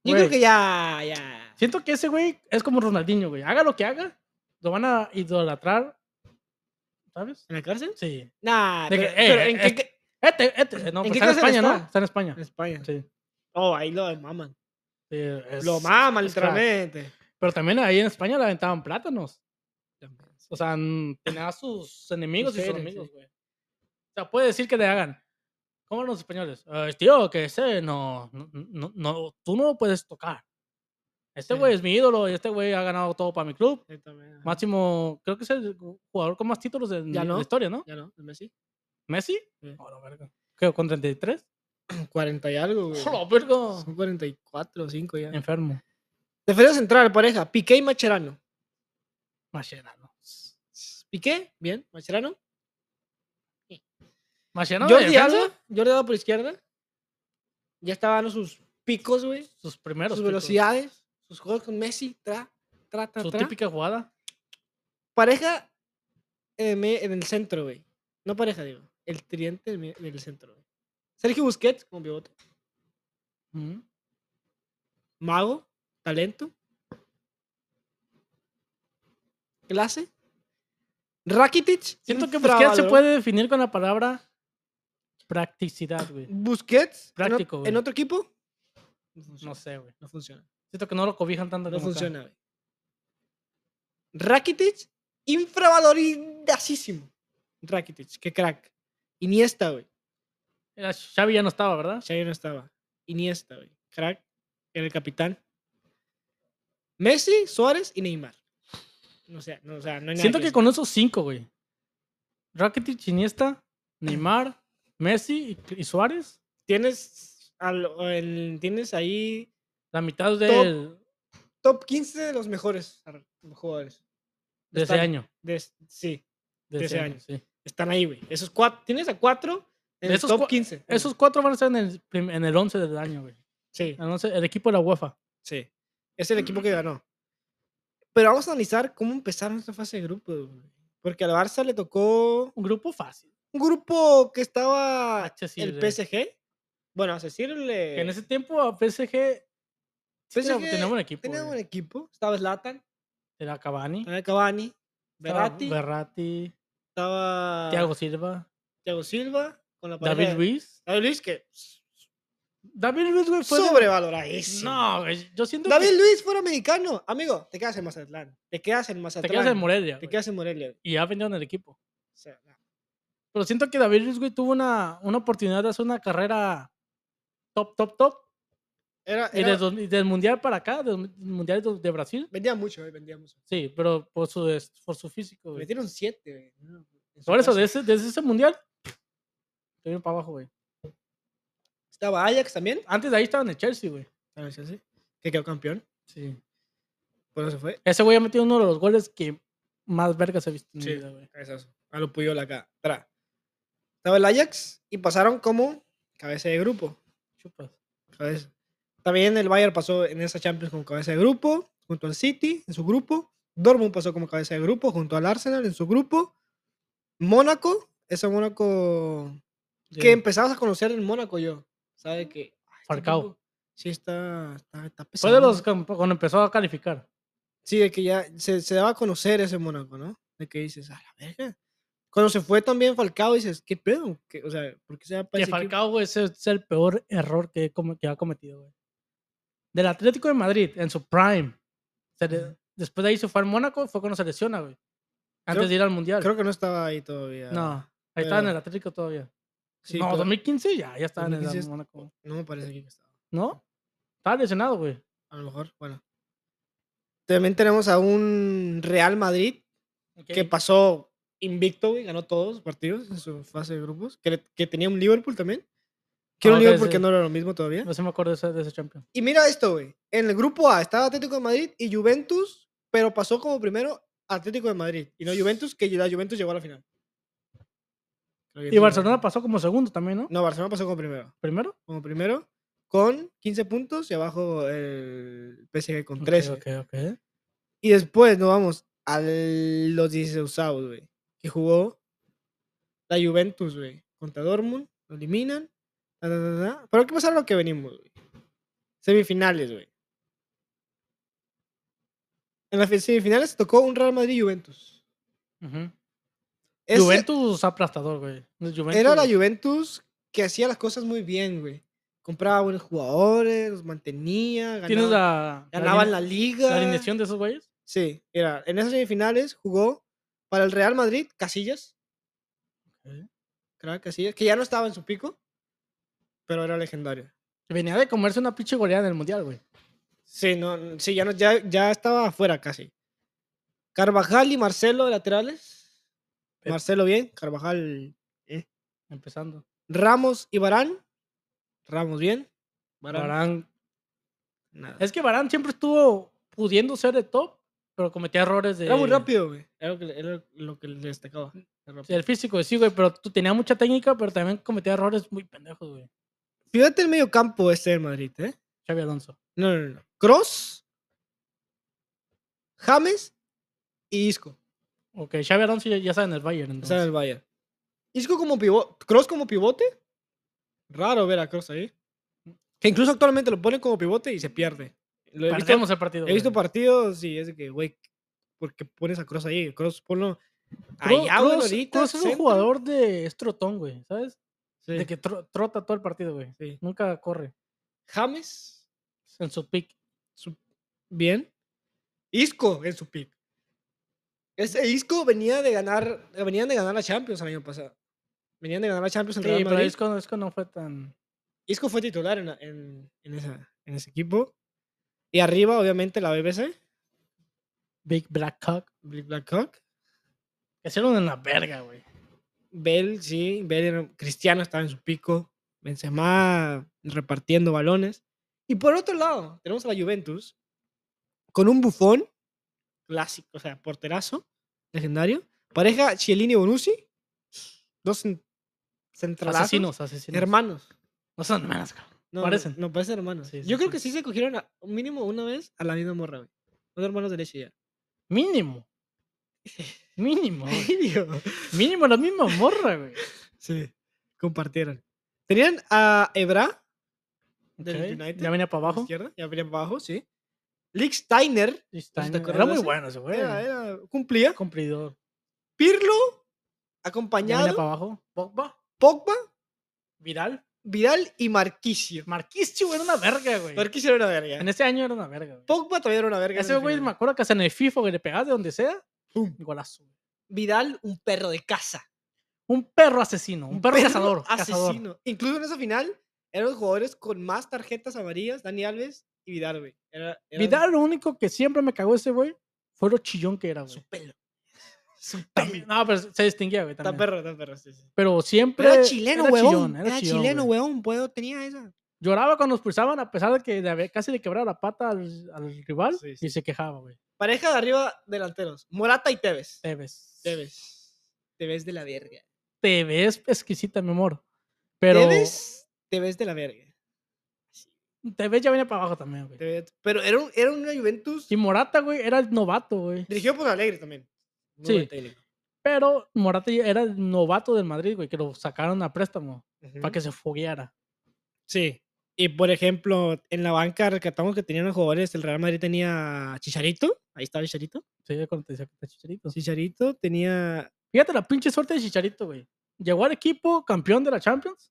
[SPEAKER 2] Güey.
[SPEAKER 1] creo que ya, ya.
[SPEAKER 2] Siento que ese güey es como Ronaldinho, güey. Haga lo que haga, lo van a idolatrar. ¿Sabes?
[SPEAKER 1] ¿En la cárcel?
[SPEAKER 2] Sí.
[SPEAKER 1] Nah,
[SPEAKER 2] De
[SPEAKER 1] pero,
[SPEAKER 2] que, eh,
[SPEAKER 1] pero ¿en, qué,
[SPEAKER 2] eh,
[SPEAKER 1] qué-
[SPEAKER 2] Este, este. No,
[SPEAKER 1] ¿En qué
[SPEAKER 2] pues está en
[SPEAKER 1] cárcel
[SPEAKER 2] España, ¿no?
[SPEAKER 1] está?
[SPEAKER 2] Está en
[SPEAKER 1] en
[SPEAKER 2] España.
[SPEAKER 1] España.
[SPEAKER 2] Sí.
[SPEAKER 1] Oh, ahí lo maman.
[SPEAKER 2] sí, es-
[SPEAKER 1] Lo maman,
[SPEAKER 2] es crack.
[SPEAKER 1] literalmente.
[SPEAKER 2] Pero también ahí en España le aventaban plátanos. O sea, n- tenía sus enemigos y sus
[SPEAKER 1] seres,
[SPEAKER 2] amigos,
[SPEAKER 1] sí.
[SPEAKER 2] güey. O sea, puede decir que le hagan. ¿Cómo los españoles? "Ay, tío, que ese no, no, no, no, tú no lo puedes tocar. Este
[SPEAKER 1] Sí.
[SPEAKER 2] güey es mi ídolo y este güey ha ganado todo para mi club.
[SPEAKER 1] Yo también, ajá.
[SPEAKER 2] Máximo, creo que es el jugador con más títulos de
[SPEAKER 1] Ya no.
[SPEAKER 2] la historia, ¿no?
[SPEAKER 1] Ya no, el Messi.
[SPEAKER 2] ¿Messi?
[SPEAKER 1] Sí.
[SPEAKER 2] A la verga. ¿Qué, con 33?
[SPEAKER 1] 40 y algo, güey.
[SPEAKER 2] A la verga.
[SPEAKER 1] Son 44 o 5 ya.
[SPEAKER 2] Enfermo.
[SPEAKER 1] Defensa central, pareja. Piqué y Macherano.
[SPEAKER 2] Mascherano.
[SPEAKER 1] Piqué, bien. Macherano.
[SPEAKER 2] Mascherano de
[SPEAKER 1] Jordi
[SPEAKER 2] defensa,
[SPEAKER 1] Alba. Jordi Alba por izquierda. Ya estaba dando sus picos, güey. Sus
[SPEAKER 2] Sus primeros. títulos.
[SPEAKER 1] velocidades. Sus juegos con Messi. Tra, tra, tra,
[SPEAKER 2] Su
[SPEAKER 1] tra.
[SPEAKER 2] típica jugada.
[SPEAKER 1] Pareja eh, me- en el centro, güey. No pareja, digo. El triente en mi- en el centro, güey. Sergio Busquets como pivote.
[SPEAKER 2] Ujú.
[SPEAKER 1] Mago. Talento. Clase. Rakitic.
[SPEAKER 2] Siento que Busquets se
[SPEAKER 1] infravalorado.
[SPEAKER 2] puede definir con la palabra practicidad, güey.
[SPEAKER 1] Busquets en o-
[SPEAKER 2] Práctico,
[SPEAKER 1] en,
[SPEAKER 2] güey.
[SPEAKER 1] otro equipo. No
[SPEAKER 2] No
[SPEAKER 1] funciona.
[SPEAKER 2] sé, güey.
[SPEAKER 1] No funciona.
[SPEAKER 2] Siento que no lo cobijan tanto
[SPEAKER 1] No
[SPEAKER 2] como acá.
[SPEAKER 1] funciona, güey. Rakitic, infravaloridasísimo. Rakitic, qué crack. Iniesta, güey.
[SPEAKER 2] Era- Xavi ya no estaba, ¿verdad?
[SPEAKER 1] Xavi no estaba. Iniesta, güey. Crack. Era el capitán. Messi, Suárez y Neymar. No sé, no, o sea, no hay nada
[SPEAKER 2] Siento que
[SPEAKER 1] decir.
[SPEAKER 2] con esos cinco, güey. Rakitic, Iniesta, Neymar, Messi y, y Suárez.
[SPEAKER 1] tienes, al- el- tienes ahí
[SPEAKER 2] La mitad del,
[SPEAKER 1] top 15 de los mejores ar- jugadores.
[SPEAKER 2] de ese
[SPEAKER 1] Están-
[SPEAKER 2] año.
[SPEAKER 1] de es- sí,
[SPEAKER 2] De ese año, sí.
[SPEAKER 1] están ahí, güey. Esos cuatro, tienes a cuatro en
[SPEAKER 2] Esos
[SPEAKER 1] el top
[SPEAKER 2] cua-
[SPEAKER 1] 15. güey.
[SPEAKER 2] Esos cuatro van a estar en el, prim- en el 11 del año, güey.
[SPEAKER 1] Sí,
[SPEAKER 2] El, 11 el equipo de la UEFA.
[SPEAKER 1] sí. Es el equipo que ganó. Pero vamos a analizar cómo empezaron esta fase de grupo, güey. Porque al Barça le tocó
[SPEAKER 2] Un grupo fácil.
[SPEAKER 1] un grupo que estaba
[SPEAKER 2] Accesible.
[SPEAKER 1] el PSG. Bueno, accesible.
[SPEAKER 2] en ese tiempo a PSG sí tenía-
[SPEAKER 1] PSG
[SPEAKER 2] tenía buen equipo.
[SPEAKER 1] Tenía Ah,
[SPEAKER 2] güey.
[SPEAKER 1] un equipo. Estaba Zlatan,
[SPEAKER 2] Era Cavani,
[SPEAKER 1] estaba Cavani,
[SPEAKER 2] estaba
[SPEAKER 1] Verratti,
[SPEAKER 2] Berratti,
[SPEAKER 1] estaba
[SPEAKER 2] Thiago Silva,
[SPEAKER 1] Thiago Silva con la pareja
[SPEAKER 2] David
[SPEAKER 1] de-
[SPEAKER 2] Luiz.
[SPEAKER 1] David Luiz que
[SPEAKER 2] David Luiz, güey, fue de-
[SPEAKER 1] sobrevaloradísimo.
[SPEAKER 2] No, güey, yo siento
[SPEAKER 1] David
[SPEAKER 2] que
[SPEAKER 1] Luis fuera mexicano. Amigo, te quedas en Mazatlán. Te quedas en Mazatlán.
[SPEAKER 2] te quedas en Morelia.
[SPEAKER 1] Te
[SPEAKER 2] güey,
[SPEAKER 1] quedas en Morelia. güey.
[SPEAKER 2] Y ya vendieron el equipo.
[SPEAKER 1] O sea, no.
[SPEAKER 2] Pero siento que David Luiz, güey, tuvo una, una oportunidad de hacer una carrera top, top, top.
[SPEAKER 1] Era,
[SPEAKER 2] Y
[SPEAKER 1] era-
[SPEAKER 2] desde, donde- y del Mundial para acá, del Mundial de, de Brasil.
[SPEAKER 1] Vendía mucho, güey, vendía mucho.
[SPEAKER 2] Sí, pero por su, des- por su físico, güey.
[SPEAKER 1] Metieron siete, güey. ¿no? En su
[SPEAKER 2] Por eso,
[SPEAKER 1] casa.
[SPEAKER 2] desde, desde ese Mundial, te vino para abajo, güey.
[SPEAKER 1] Estaba Ajax también.
[SPEAKER 2] Antes de ahí estaba en el Chelsea, güey.
[SPEAKER 1] Ah, no, Chelsea, Que quedó campeón.
[SPEAKER 2] Sí.
[SPEAKER 1] Por eso fue.
[SPEAKER 2] Ese güey ha metido uno de los goles que más vergas he visto en mi
[SPEAKER 1] Sí.
[SPEAKER 2] vida, güey.
[SPEAKER 1] Cabezazo. A lo Puyol acá. Tra. Estaba el Ajax y pasaron como cabeza de grupo.
[SPEAKER 2] Chupas.
[SPEAKER 1] Cabeza. También el Bayern pasó en esa Champions como cabeza de grupo, junto al City, en su grupo. Dortmund pasó como cabeza de grupo, junto al Arsenal, en su grupo. Mónaco, ese Mónaco que
[SPEAKER 2] Sí.
[SPEAKER 1] empezabas a conocer en Mónaco yo. ¿Sabe que ay, este
[SPEAKER 2] Falcao.
[SPEAKER 1] equipo Sí, está, está, está
[SPEAKER 2] Fue de
[SPEAKER 1] pesado.
[SPEAKER 2] los camp- cuando empezó a calificar.
[SPEAKER 1] Sí, de que ya se, se daba a conocer ese Mónaco, ¿no? De que dices, a la verga. Cuando se fue también Falcao, dices, ¿qué pedo? ¿Qué- o sea, ¿por qué se va para
[SPEAKER 2] Que
[SPEAKER 1] ese equipo?"
[SPEAKER 2] Falcao, güey, ese es el peor error que, he come- que ha cometido, güey. Del Atlético de Madrid, en su prime. se le-
[SPEAKER 1] Ujú.
[SPEAKER 2] después de ahí se fue al Mónaco, fue cuando se lesiona, güey. Antes
[SPEAKER 1] Creo-
[SPEAKER 2] de ir al Mundial.
[SPEAKER 1] Creo que no estaba ahí todavía.
[SPEAKER 2] no, ahí estaba en
[SPEAKER 1] pero-
[SPEAKER 2] el Atlético todavía.
[SPEAKER 1] Sí,
[SPEAKER 2] no,
[SPEAKER 1] pero
[SPEAKER 2] 2015 ya, ya estaba en el
[SPEAKER 1] 2015
[SPEAKER 2] Mónaco.
[SPEAKER 1] No me parece que estaba.
[SPEAKER 2] ¿No? Estaba lesionado, güey.
[SPEAKER 1] A lo mejor, bueno. También tenemos a un Real Madrid que
[SPEAKER 2] Ok.
[SPEAKER 1] pasó invicto, güey, ganó todos los partidos en su fase de grupos. Que, le- que tenía un Liverpool también. Que era
[SPEAKER 2] Ah,
[SPEAKER 1] un
[SPEAKER 2] ok,
[SPEAKER 1] Liverpool que
[SPEAKER 2] sí.
[SPEAKER 1] no era lo mismo todavía.
[SPEAKER 2] No se me acuerdo de ese, de ese champion.
[SPEAKER 1] Y mira esto, güey. En el grupo A estaba Atlético de Madrid y Juventus, pero pasó como primero Atlético de Madrid. Y no Juventus, que la Juventus llegó a la final. Creo que
[SPEAKER 2] Y
[SPEAKER 1] tiene
[SPEAKER 2] Barcelona
[SPEAKER 1] razón.
[SPEAKER 2] pasó como segundo también, ¿no?
[SPEAKER 1] No, Barcelona pasó como primero.
[SPEAKER 2] Primero.
[SPEAKER 1] Como primero, con 15 puntos y abajo el PSG con
[SPEAKER 2] Ok,
[SPEAKER 1] 13.
[SPEAKER 2] Ok, ok.
[SPEAKER 1] Y después nos vamos a los 16 avos, güey. Que jugó la Juventus, güey. Contra Dortmund. Lo eliminan. ta, ta, ta, ta. Pero hay que pasar a lo que venimos, güey. Semifinales, güey. En las semifinales se tocó un Real Madrid-Juventus.
[SPEAKER 2] Ujú.
[SPEAKER 1] Ese
[SPEAKER 2] Juventus aplastador, güey. Juventus-
[SPEAKER 1] Era la Juventus que hacía las cosas muy bien, güey. Compraba buenos jugadores, los mantenía,
[SPEAKER 2] ¿Tienes
[SPEAKER 1] ganaba,
[SPEAKER 2] la, la
[SPEAKER 1] ganaban
[SPEAKER 2] aline-
[SPEAKER 1] la liga.
[SPEAKER 2] la alineación de esos güeyes?
[SPEAKER 1] Sí, era. En esas semifinales jugó para el Real Madrid Casillas.
[SPEAKER 2] Ok.
[SPEAKER 1] Crack Casillas, que ya no estaba en su pico, pero era legendario.
[SPEAKER 2] Venía de comerse una pinche goleada en el mundial, güey.
[SPEAKER 1] Sí, no, n- sí, ya, no, ya, ya estaba afuera casi. Carvajal y Marcelo de laterales.
[SPEAKER 2] Pep.
[SPEAKER 1] Marcelo bien, Carvajal.
[SPEAKER 2] Empezando.
[SPEAKER 1] Ramos y Barán. Ramos bien. Barán.
[SPEAKER 2] Barán.
[SPEAKER 1] nada.
[SPEAKER 2] Es que Barán siempre estuvo pudiendo ser de top, pero cometía errores de.
[SPEAKER 1] Era muy rápido, güey. Era lo que, le- era lo que le destacaba. era rápido.
[SPEAKER 2] El físico, sí, güey, pero tú tenías mucha técnica, pero también cometía errores muy pendejos, güey.
[SPEAKER 1] Fíjate el medio campo este del Madrid, ¿eh?
[SPEAKER 2] Xavi Alonso.
[SPEAKER 1] No, no, no. Cross, James y Isco.
[SPEAKER 2] Ok, Xavi Alonso ya, ya está en el Bayern,
[SPEAKER 1] O
[SPEAKER 2] entonces.
[SPEAKER 1] sea, en el Bayern. Isco como pivote. Cross como pivote. Raro ver a Cross ahí. Que incluso actualmente lo ponen como pivote y se pierde. Lo he visto-
[SPEAKER 2] Perdemos el partido.
[SPEAKER 1] He visto
[SPEAKER 2] güey.
[SPEAKER 1] partidos y es de que, güey, ¿por qué pones a Cross ahí? Cross ponlo
[SPEAKER 2] Cro-
[SPEAKER 1] allá, güey,
[SPEAKER 2] Kroos-
[SPEAKER 1] ahorita.
[SPEAKER 2] Kroos es un
[SPEAKER 1] centro.
[SPEAKER 2] jugador de estrotón, güey, ¿sabes?
[SPEAKER 1] Sí,
[SPEAKER 2] De que tro- trota todo el partido, güey.
[SPEAKER 1] sí.
[SPEAKER 2] Nunca corre.
[SPEAKER 1] James,
[SPEAKER 2] En su pick.
[SPEAKER 1] su- bien. Isco en su pick. Ese Isco venía de ganar, eh, venían de ganar la Champions el año pasado. Venían de ganar la Champions el
[SPEAKER 2] Sí,
[SPEAKER 1] Real
[SPEAKER 2] pero
[SPEAKER 1] Madrid.
[SPEAKER 2] Isco, Isco no fue tan.
[SPEAKER 1] Isco fue titular en, la- en- en esa- en ese equipo. Y arriba, obviamente, la BBC,
[SPEAKER 2] Big Black Cock.
[SPEAKER 1] Black- Blackhawk.
[SPEAKER 2] Que hicieron en la verga, güey.
[SPEAKER 1] Bell, sí, Bell era- Cristiano estaba en su pico. Benzema repartiendo balones. Y por otro lado, tenemos a la Juventus con un bufón clásico, o sea, porterazo, legendario. Pareja Chiellini y Bonucci. Dos cen- centralazos.
[SPEAKER 2] Asesinos, asesinos.
[SPEAKER 1] Hermanos.
[SPEAKER 2] No son hermanas, cabrón.
[SPEAKER 1] No,
[SPEAKER 2] Parecen.
[SPEAKER 1] No, no, parecen hermanos.
[SPEAKER 2] Sí, sí,
[SPEAKER 1] Yo creo
[SPEAKER 2] sí.
[SPEAKER 1] que sí se cogieron a- mínimo una vez a la misma morra, güey. Dos hermanos de leche ya.
[SPEAKER 2] Mínimo. Mínimo. güey.
[SPEAKER 1] Digo,
[SPEAKER 2] Mínimo la misma morra, güey.
[SPEAKER 1] Sí, compartieron. Tenían a Ebra del
[SPEAKER 2] Ok,
[SPEAKER 1] United.
[SPEAKER 2] Ya venía para
[SPEAKER 1] por
[SPEAKER 2] abajo.
[SPEAKER 1] izquierda, ya venía abajo, sí. Lick Steiner.
[SPEAKER 2] Y Steiner.
[SPEAKER 1] acuerdas
[SPEAKER 2] Era
[SPEAKER 1] de
[SPEAKER 2] muy
[SPEAKER 1] ese?
[SPEAKER 2] bueno ese, güey.
[SPEAKER 1] Era, era- cumplía.
[SPEAKER 2] Cumplidor.
[SPEAKER 1] Pirlo,
[SPEAKER 2] Ya venía
[SPEAKER 1] acompañado.
[SPEAKER 2] para abajo. Pogba.
[SPEAKER 1] Pogba,
[SPEAKER 2] Viral.
[SPEAKER 1] Vidal y Marquisio.
[SPEAKER 2] Marquisio era una verga, güey.
[SPEAKER 1] Marquisio era una verga.
[SPEAKER 2] En ese año era una verga, güey.
[SPEAKER 1] Pogba todavía era una verga. en
[SPEAKER 2] Ese
[SPEAKER 1] ese
[SPEAKER 2] güey me
[SPEAKER 1] final.
[SPEAKER 2] acuerdo que hasta en el FIFA, güey, le pegabas de donde sea.
[SPEAKER 1] Pum.
[SPEAKER 2] Golazo.
[SPEAKER 1] Vidal, un perro de casa.
[SPEAKER 2] Un perro asesino. Un perro, cazador.
[SPEAKER 1] Asesino.
[SPEAKER 2] Cazador.
[SPEAKER 1] Incluso en esa final, eran los jugadores con más tarjetas amarillas, Dani Alves y Vidal, güey. Era- eran
[SPEAKER 2] Vidal, lo único que siempre me cagó ese güey fue lo chillón que era,
[SPEAKER 1] Su
[SPEAKER 2] güey.
[SPEAKER 1] pelo. Su pelo.
[SPEAKER 2] También- No, pero se distinguía, güey.
[SPEAKER 1] Está
[SPEAKER 2] también.
[SPEAKER 1] perro, está perro, sí, sí.
[SPEAKER 2] Pero siempre.
[SPEAKER 1] Pero era chileno,
[SPEAKER 2] era
[SPEAKER 1] huevón.
[SPEAKER 2] chillón,
[SPEAKER 1] era
[SPEAKER 2] chillón,
[SPEAKER 1] chileno,
[SPEAKER 2] güey.
[SPEAKER 1] huevón. Puedo, tenía esa.
[SPEAKER 2] Lloraba cuando nos expulsaban, a pesar de que le había- casi le quebraba la pata al, al rival.
[SPEAKER 1] Sí,
[SPEAKER 2] Y se quejaba, güey.
[SPEAKER 1] Pareja de arriba, delanteros. Morata y Tevez.
[SPEAKER 2] Te ves.
[SPEAKER 1] Tevez. Tevez de la verga.
[SPEAKER 2] Te ves exquisita, mi amor. Pero.
[SPEAKER 1] Tevez, Tevez de la verga.
[SPEAKER 2] Te ves ya venía para abajo también, güey.
[SPEAKER 1] Tevez- Pero era, un, era una Juventus.
[SPEAKER 2] Y Morata, güey, era el novato, güey.
[SPEAKER 1] Dirigido por Alegre también. Muy
[SPEAKER 2] Sí.
[SPEAKER 1] buen técnico.
[SPEAKER 2] Pero Morata ya era el novato del Madrid, güey, que lo sacaron a préstamo
[SPEAKER 1] Ujú.
[SPEAKER 2] para que se fogueara.
[SPEAKER 1] Sí. Y por ejemplo, en la banca rescatamos que tenían los jugadores. El Real Madrid tenía a Chicharito. Ahí estaba Chicharito.
[SPEAKER 2] Sí, ya cuando te decía que está Chicharito.
[SPEAKER 1] Chicharito tenía.
[SPEAKER 2] Fíjate la pinche suerte de Chicharito, güey. Llegó al equipo campeón de la Champions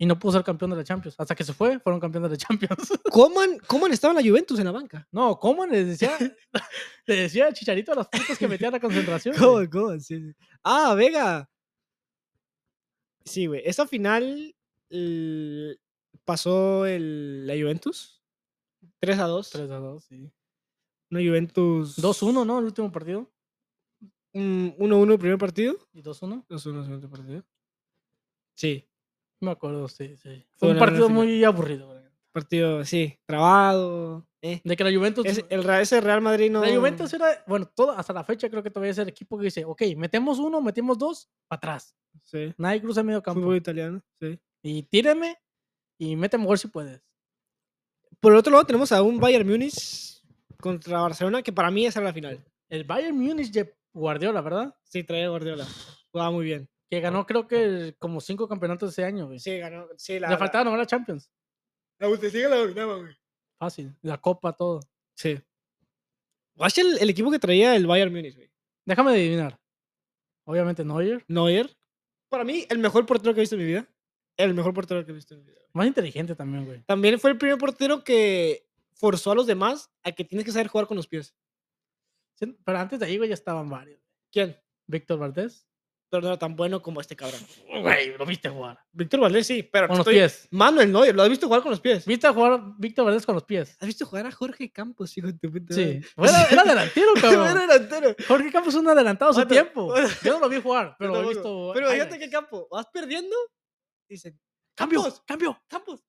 [SPEAKER 2] y no pudo ser campeón de la Champions. Hasta que se fue, fueron campeón de la Champions.
[SPEAKER 1] Coman, Coman estaba en la Juventus en la banca.
[SPEAKER 2] No, ¿cómo les decía? le decía Chicharito a las putas que metía a la concentración.
[SPEAKER 1] Coman,
[SPEAKER 2] güey.
[SPEAKER 1] Coman, sí, sí. Ah, Vega. Sí, güey. Esa final el- pasó el, la Juventus. 3 a 2.
[SPEAKER 2] 3 a 2, sí.
[SPEAKER 1] Una Juventus.
[SPEAKER 2] 2-1, ¿no? El último partido.
[SPEAKER 1] Mm, 1-1 el primer partido.
[SPEAKER 2] Y 2-1.
[SPEAKER 1] 2-1 el segundo partido. Sí.
[SPEAKER 2] Me acuerdo, sí, sí.
[SPEAKER 1] Fue
[SPEAKER 2] Fue un
[SPEAKER 1] una gran
[SPEAKER 2] partido
[SPEAKER 1] final.
[SPEAKER 2] muy aburrido, güey.
[SPEAKER 1] Partido, sí. Trabado. Eh.
[SPEAKER 2] De que la Juventus.
[SPEAKER 1] Ese, el, Ra- ese Real Madrid no.
[SPEAKER 2] La Juventus era, bueno, todo, hasta la fecha creo que todavía es el equipo que dice, ok, metemos uno, metemos dos, para atrás.
[SPEAKER 1] Sí.
[SPEAKER 2] Nadie cruza el medio campo.
[SPEAKER 1] Fútbol italiano, sí.
[SPEAKER 2] Y tíreme y mete mejor si puedes.
[SPEAKER 1] Por el otro lado, tenemos a un Bayern Múnich contra Barcelona, que para mí esa era la final.
[SPEAKER 2] El Bayern Múnich de Guardiola, ¿verdad?
[SPEAKER 1] Sí, traía Guardiola. Jugaba muy bien.
[SPEAKER 2] Que ganó creo que el- como cinco campeonatos ese año, güey.
[SPEAKER 1] Sí, ganó. Sí, la.
[SPEAKER 2] Le faltaba nomás la Champions.
[SPEAKER 1] La, la Bundesliga la dominaba, güey.
[SPEAKER 2] Fácil. La Copa, todo.
[SPEAKER 1] Sí. Guacha el, el equipo que traía el Bayern Múnich, güey.
[SPEAKER 2] Déjame adivinar. Obviamente Neuer.
[SPEAKER 1] Neuer. Para mí, el mejor portero que he visto en mi vida. El mejor portero que he visto en mi vida.
[SPEAKER 2] Más inteligente también, güey.
[SPEAKER 1] También fue el primer portero que forzó a los demás a que tienes que saber jugar con los pies.
[SPEAKER 2] Sí, Pero antes de ahí, güey, ya estaban varios.
[SPEAKER 1] ¿Quién?
[SPEAKER 2] Víctor Valdés.
[SPEAKER 1] pero no era tan bueno como este cabrón.
[SPEAKER 2] Güey, lo viste jugar.
[SPEAKER 1] Víctor Valdés sí, pero te
[SPEAKER 2] Con los
[SPEAKER 1] estoy-
[SPEAKER 2] pies.
[SPEAKER 1] Manuel Neuer, ¿lo has visto jugar con los pies?
[SPEAKER 2] ¿Viste a jugar Víctor Valdés con los pies?
[SPEAKER 1] ¿Has visto jugar a Jorge Campos, hijo de tu puta
[SPEAKER 2] Sí.
[SPEAKER 1] madre?
[SPEAKER 2] Era, era delantero,
[SPEAKER 1] Era
[SPEAKER 2] cabrón.
[SPEAKER 1] delantero.
[SPEAKER 2] Jorge Campos es un adelantado a su
[SPEAKER 1] Bueno,
[SPEAKER 2] tiempo.
[SPEAKER 1] bueno.
[SPEAKER 2] Yo no lo vi jugar, pero
[SPEAKER 1] Yo
[SPEAKER 2] he
[SPEAKER 1] tampoco.
[SPEAKER 2] visto.
[SPEAKER 1] Pero fíjate qué
[SPEAKER 2] highlights.
[SPEAKER 1] campo. ¿Vas perdiendo? Dicen,
[SPEAKER 2] ¡Cambio!
[SPEAKER 1] Campos.
[SPEAKER 2] ¡Cambio!
[SPEAKER 1] Campos,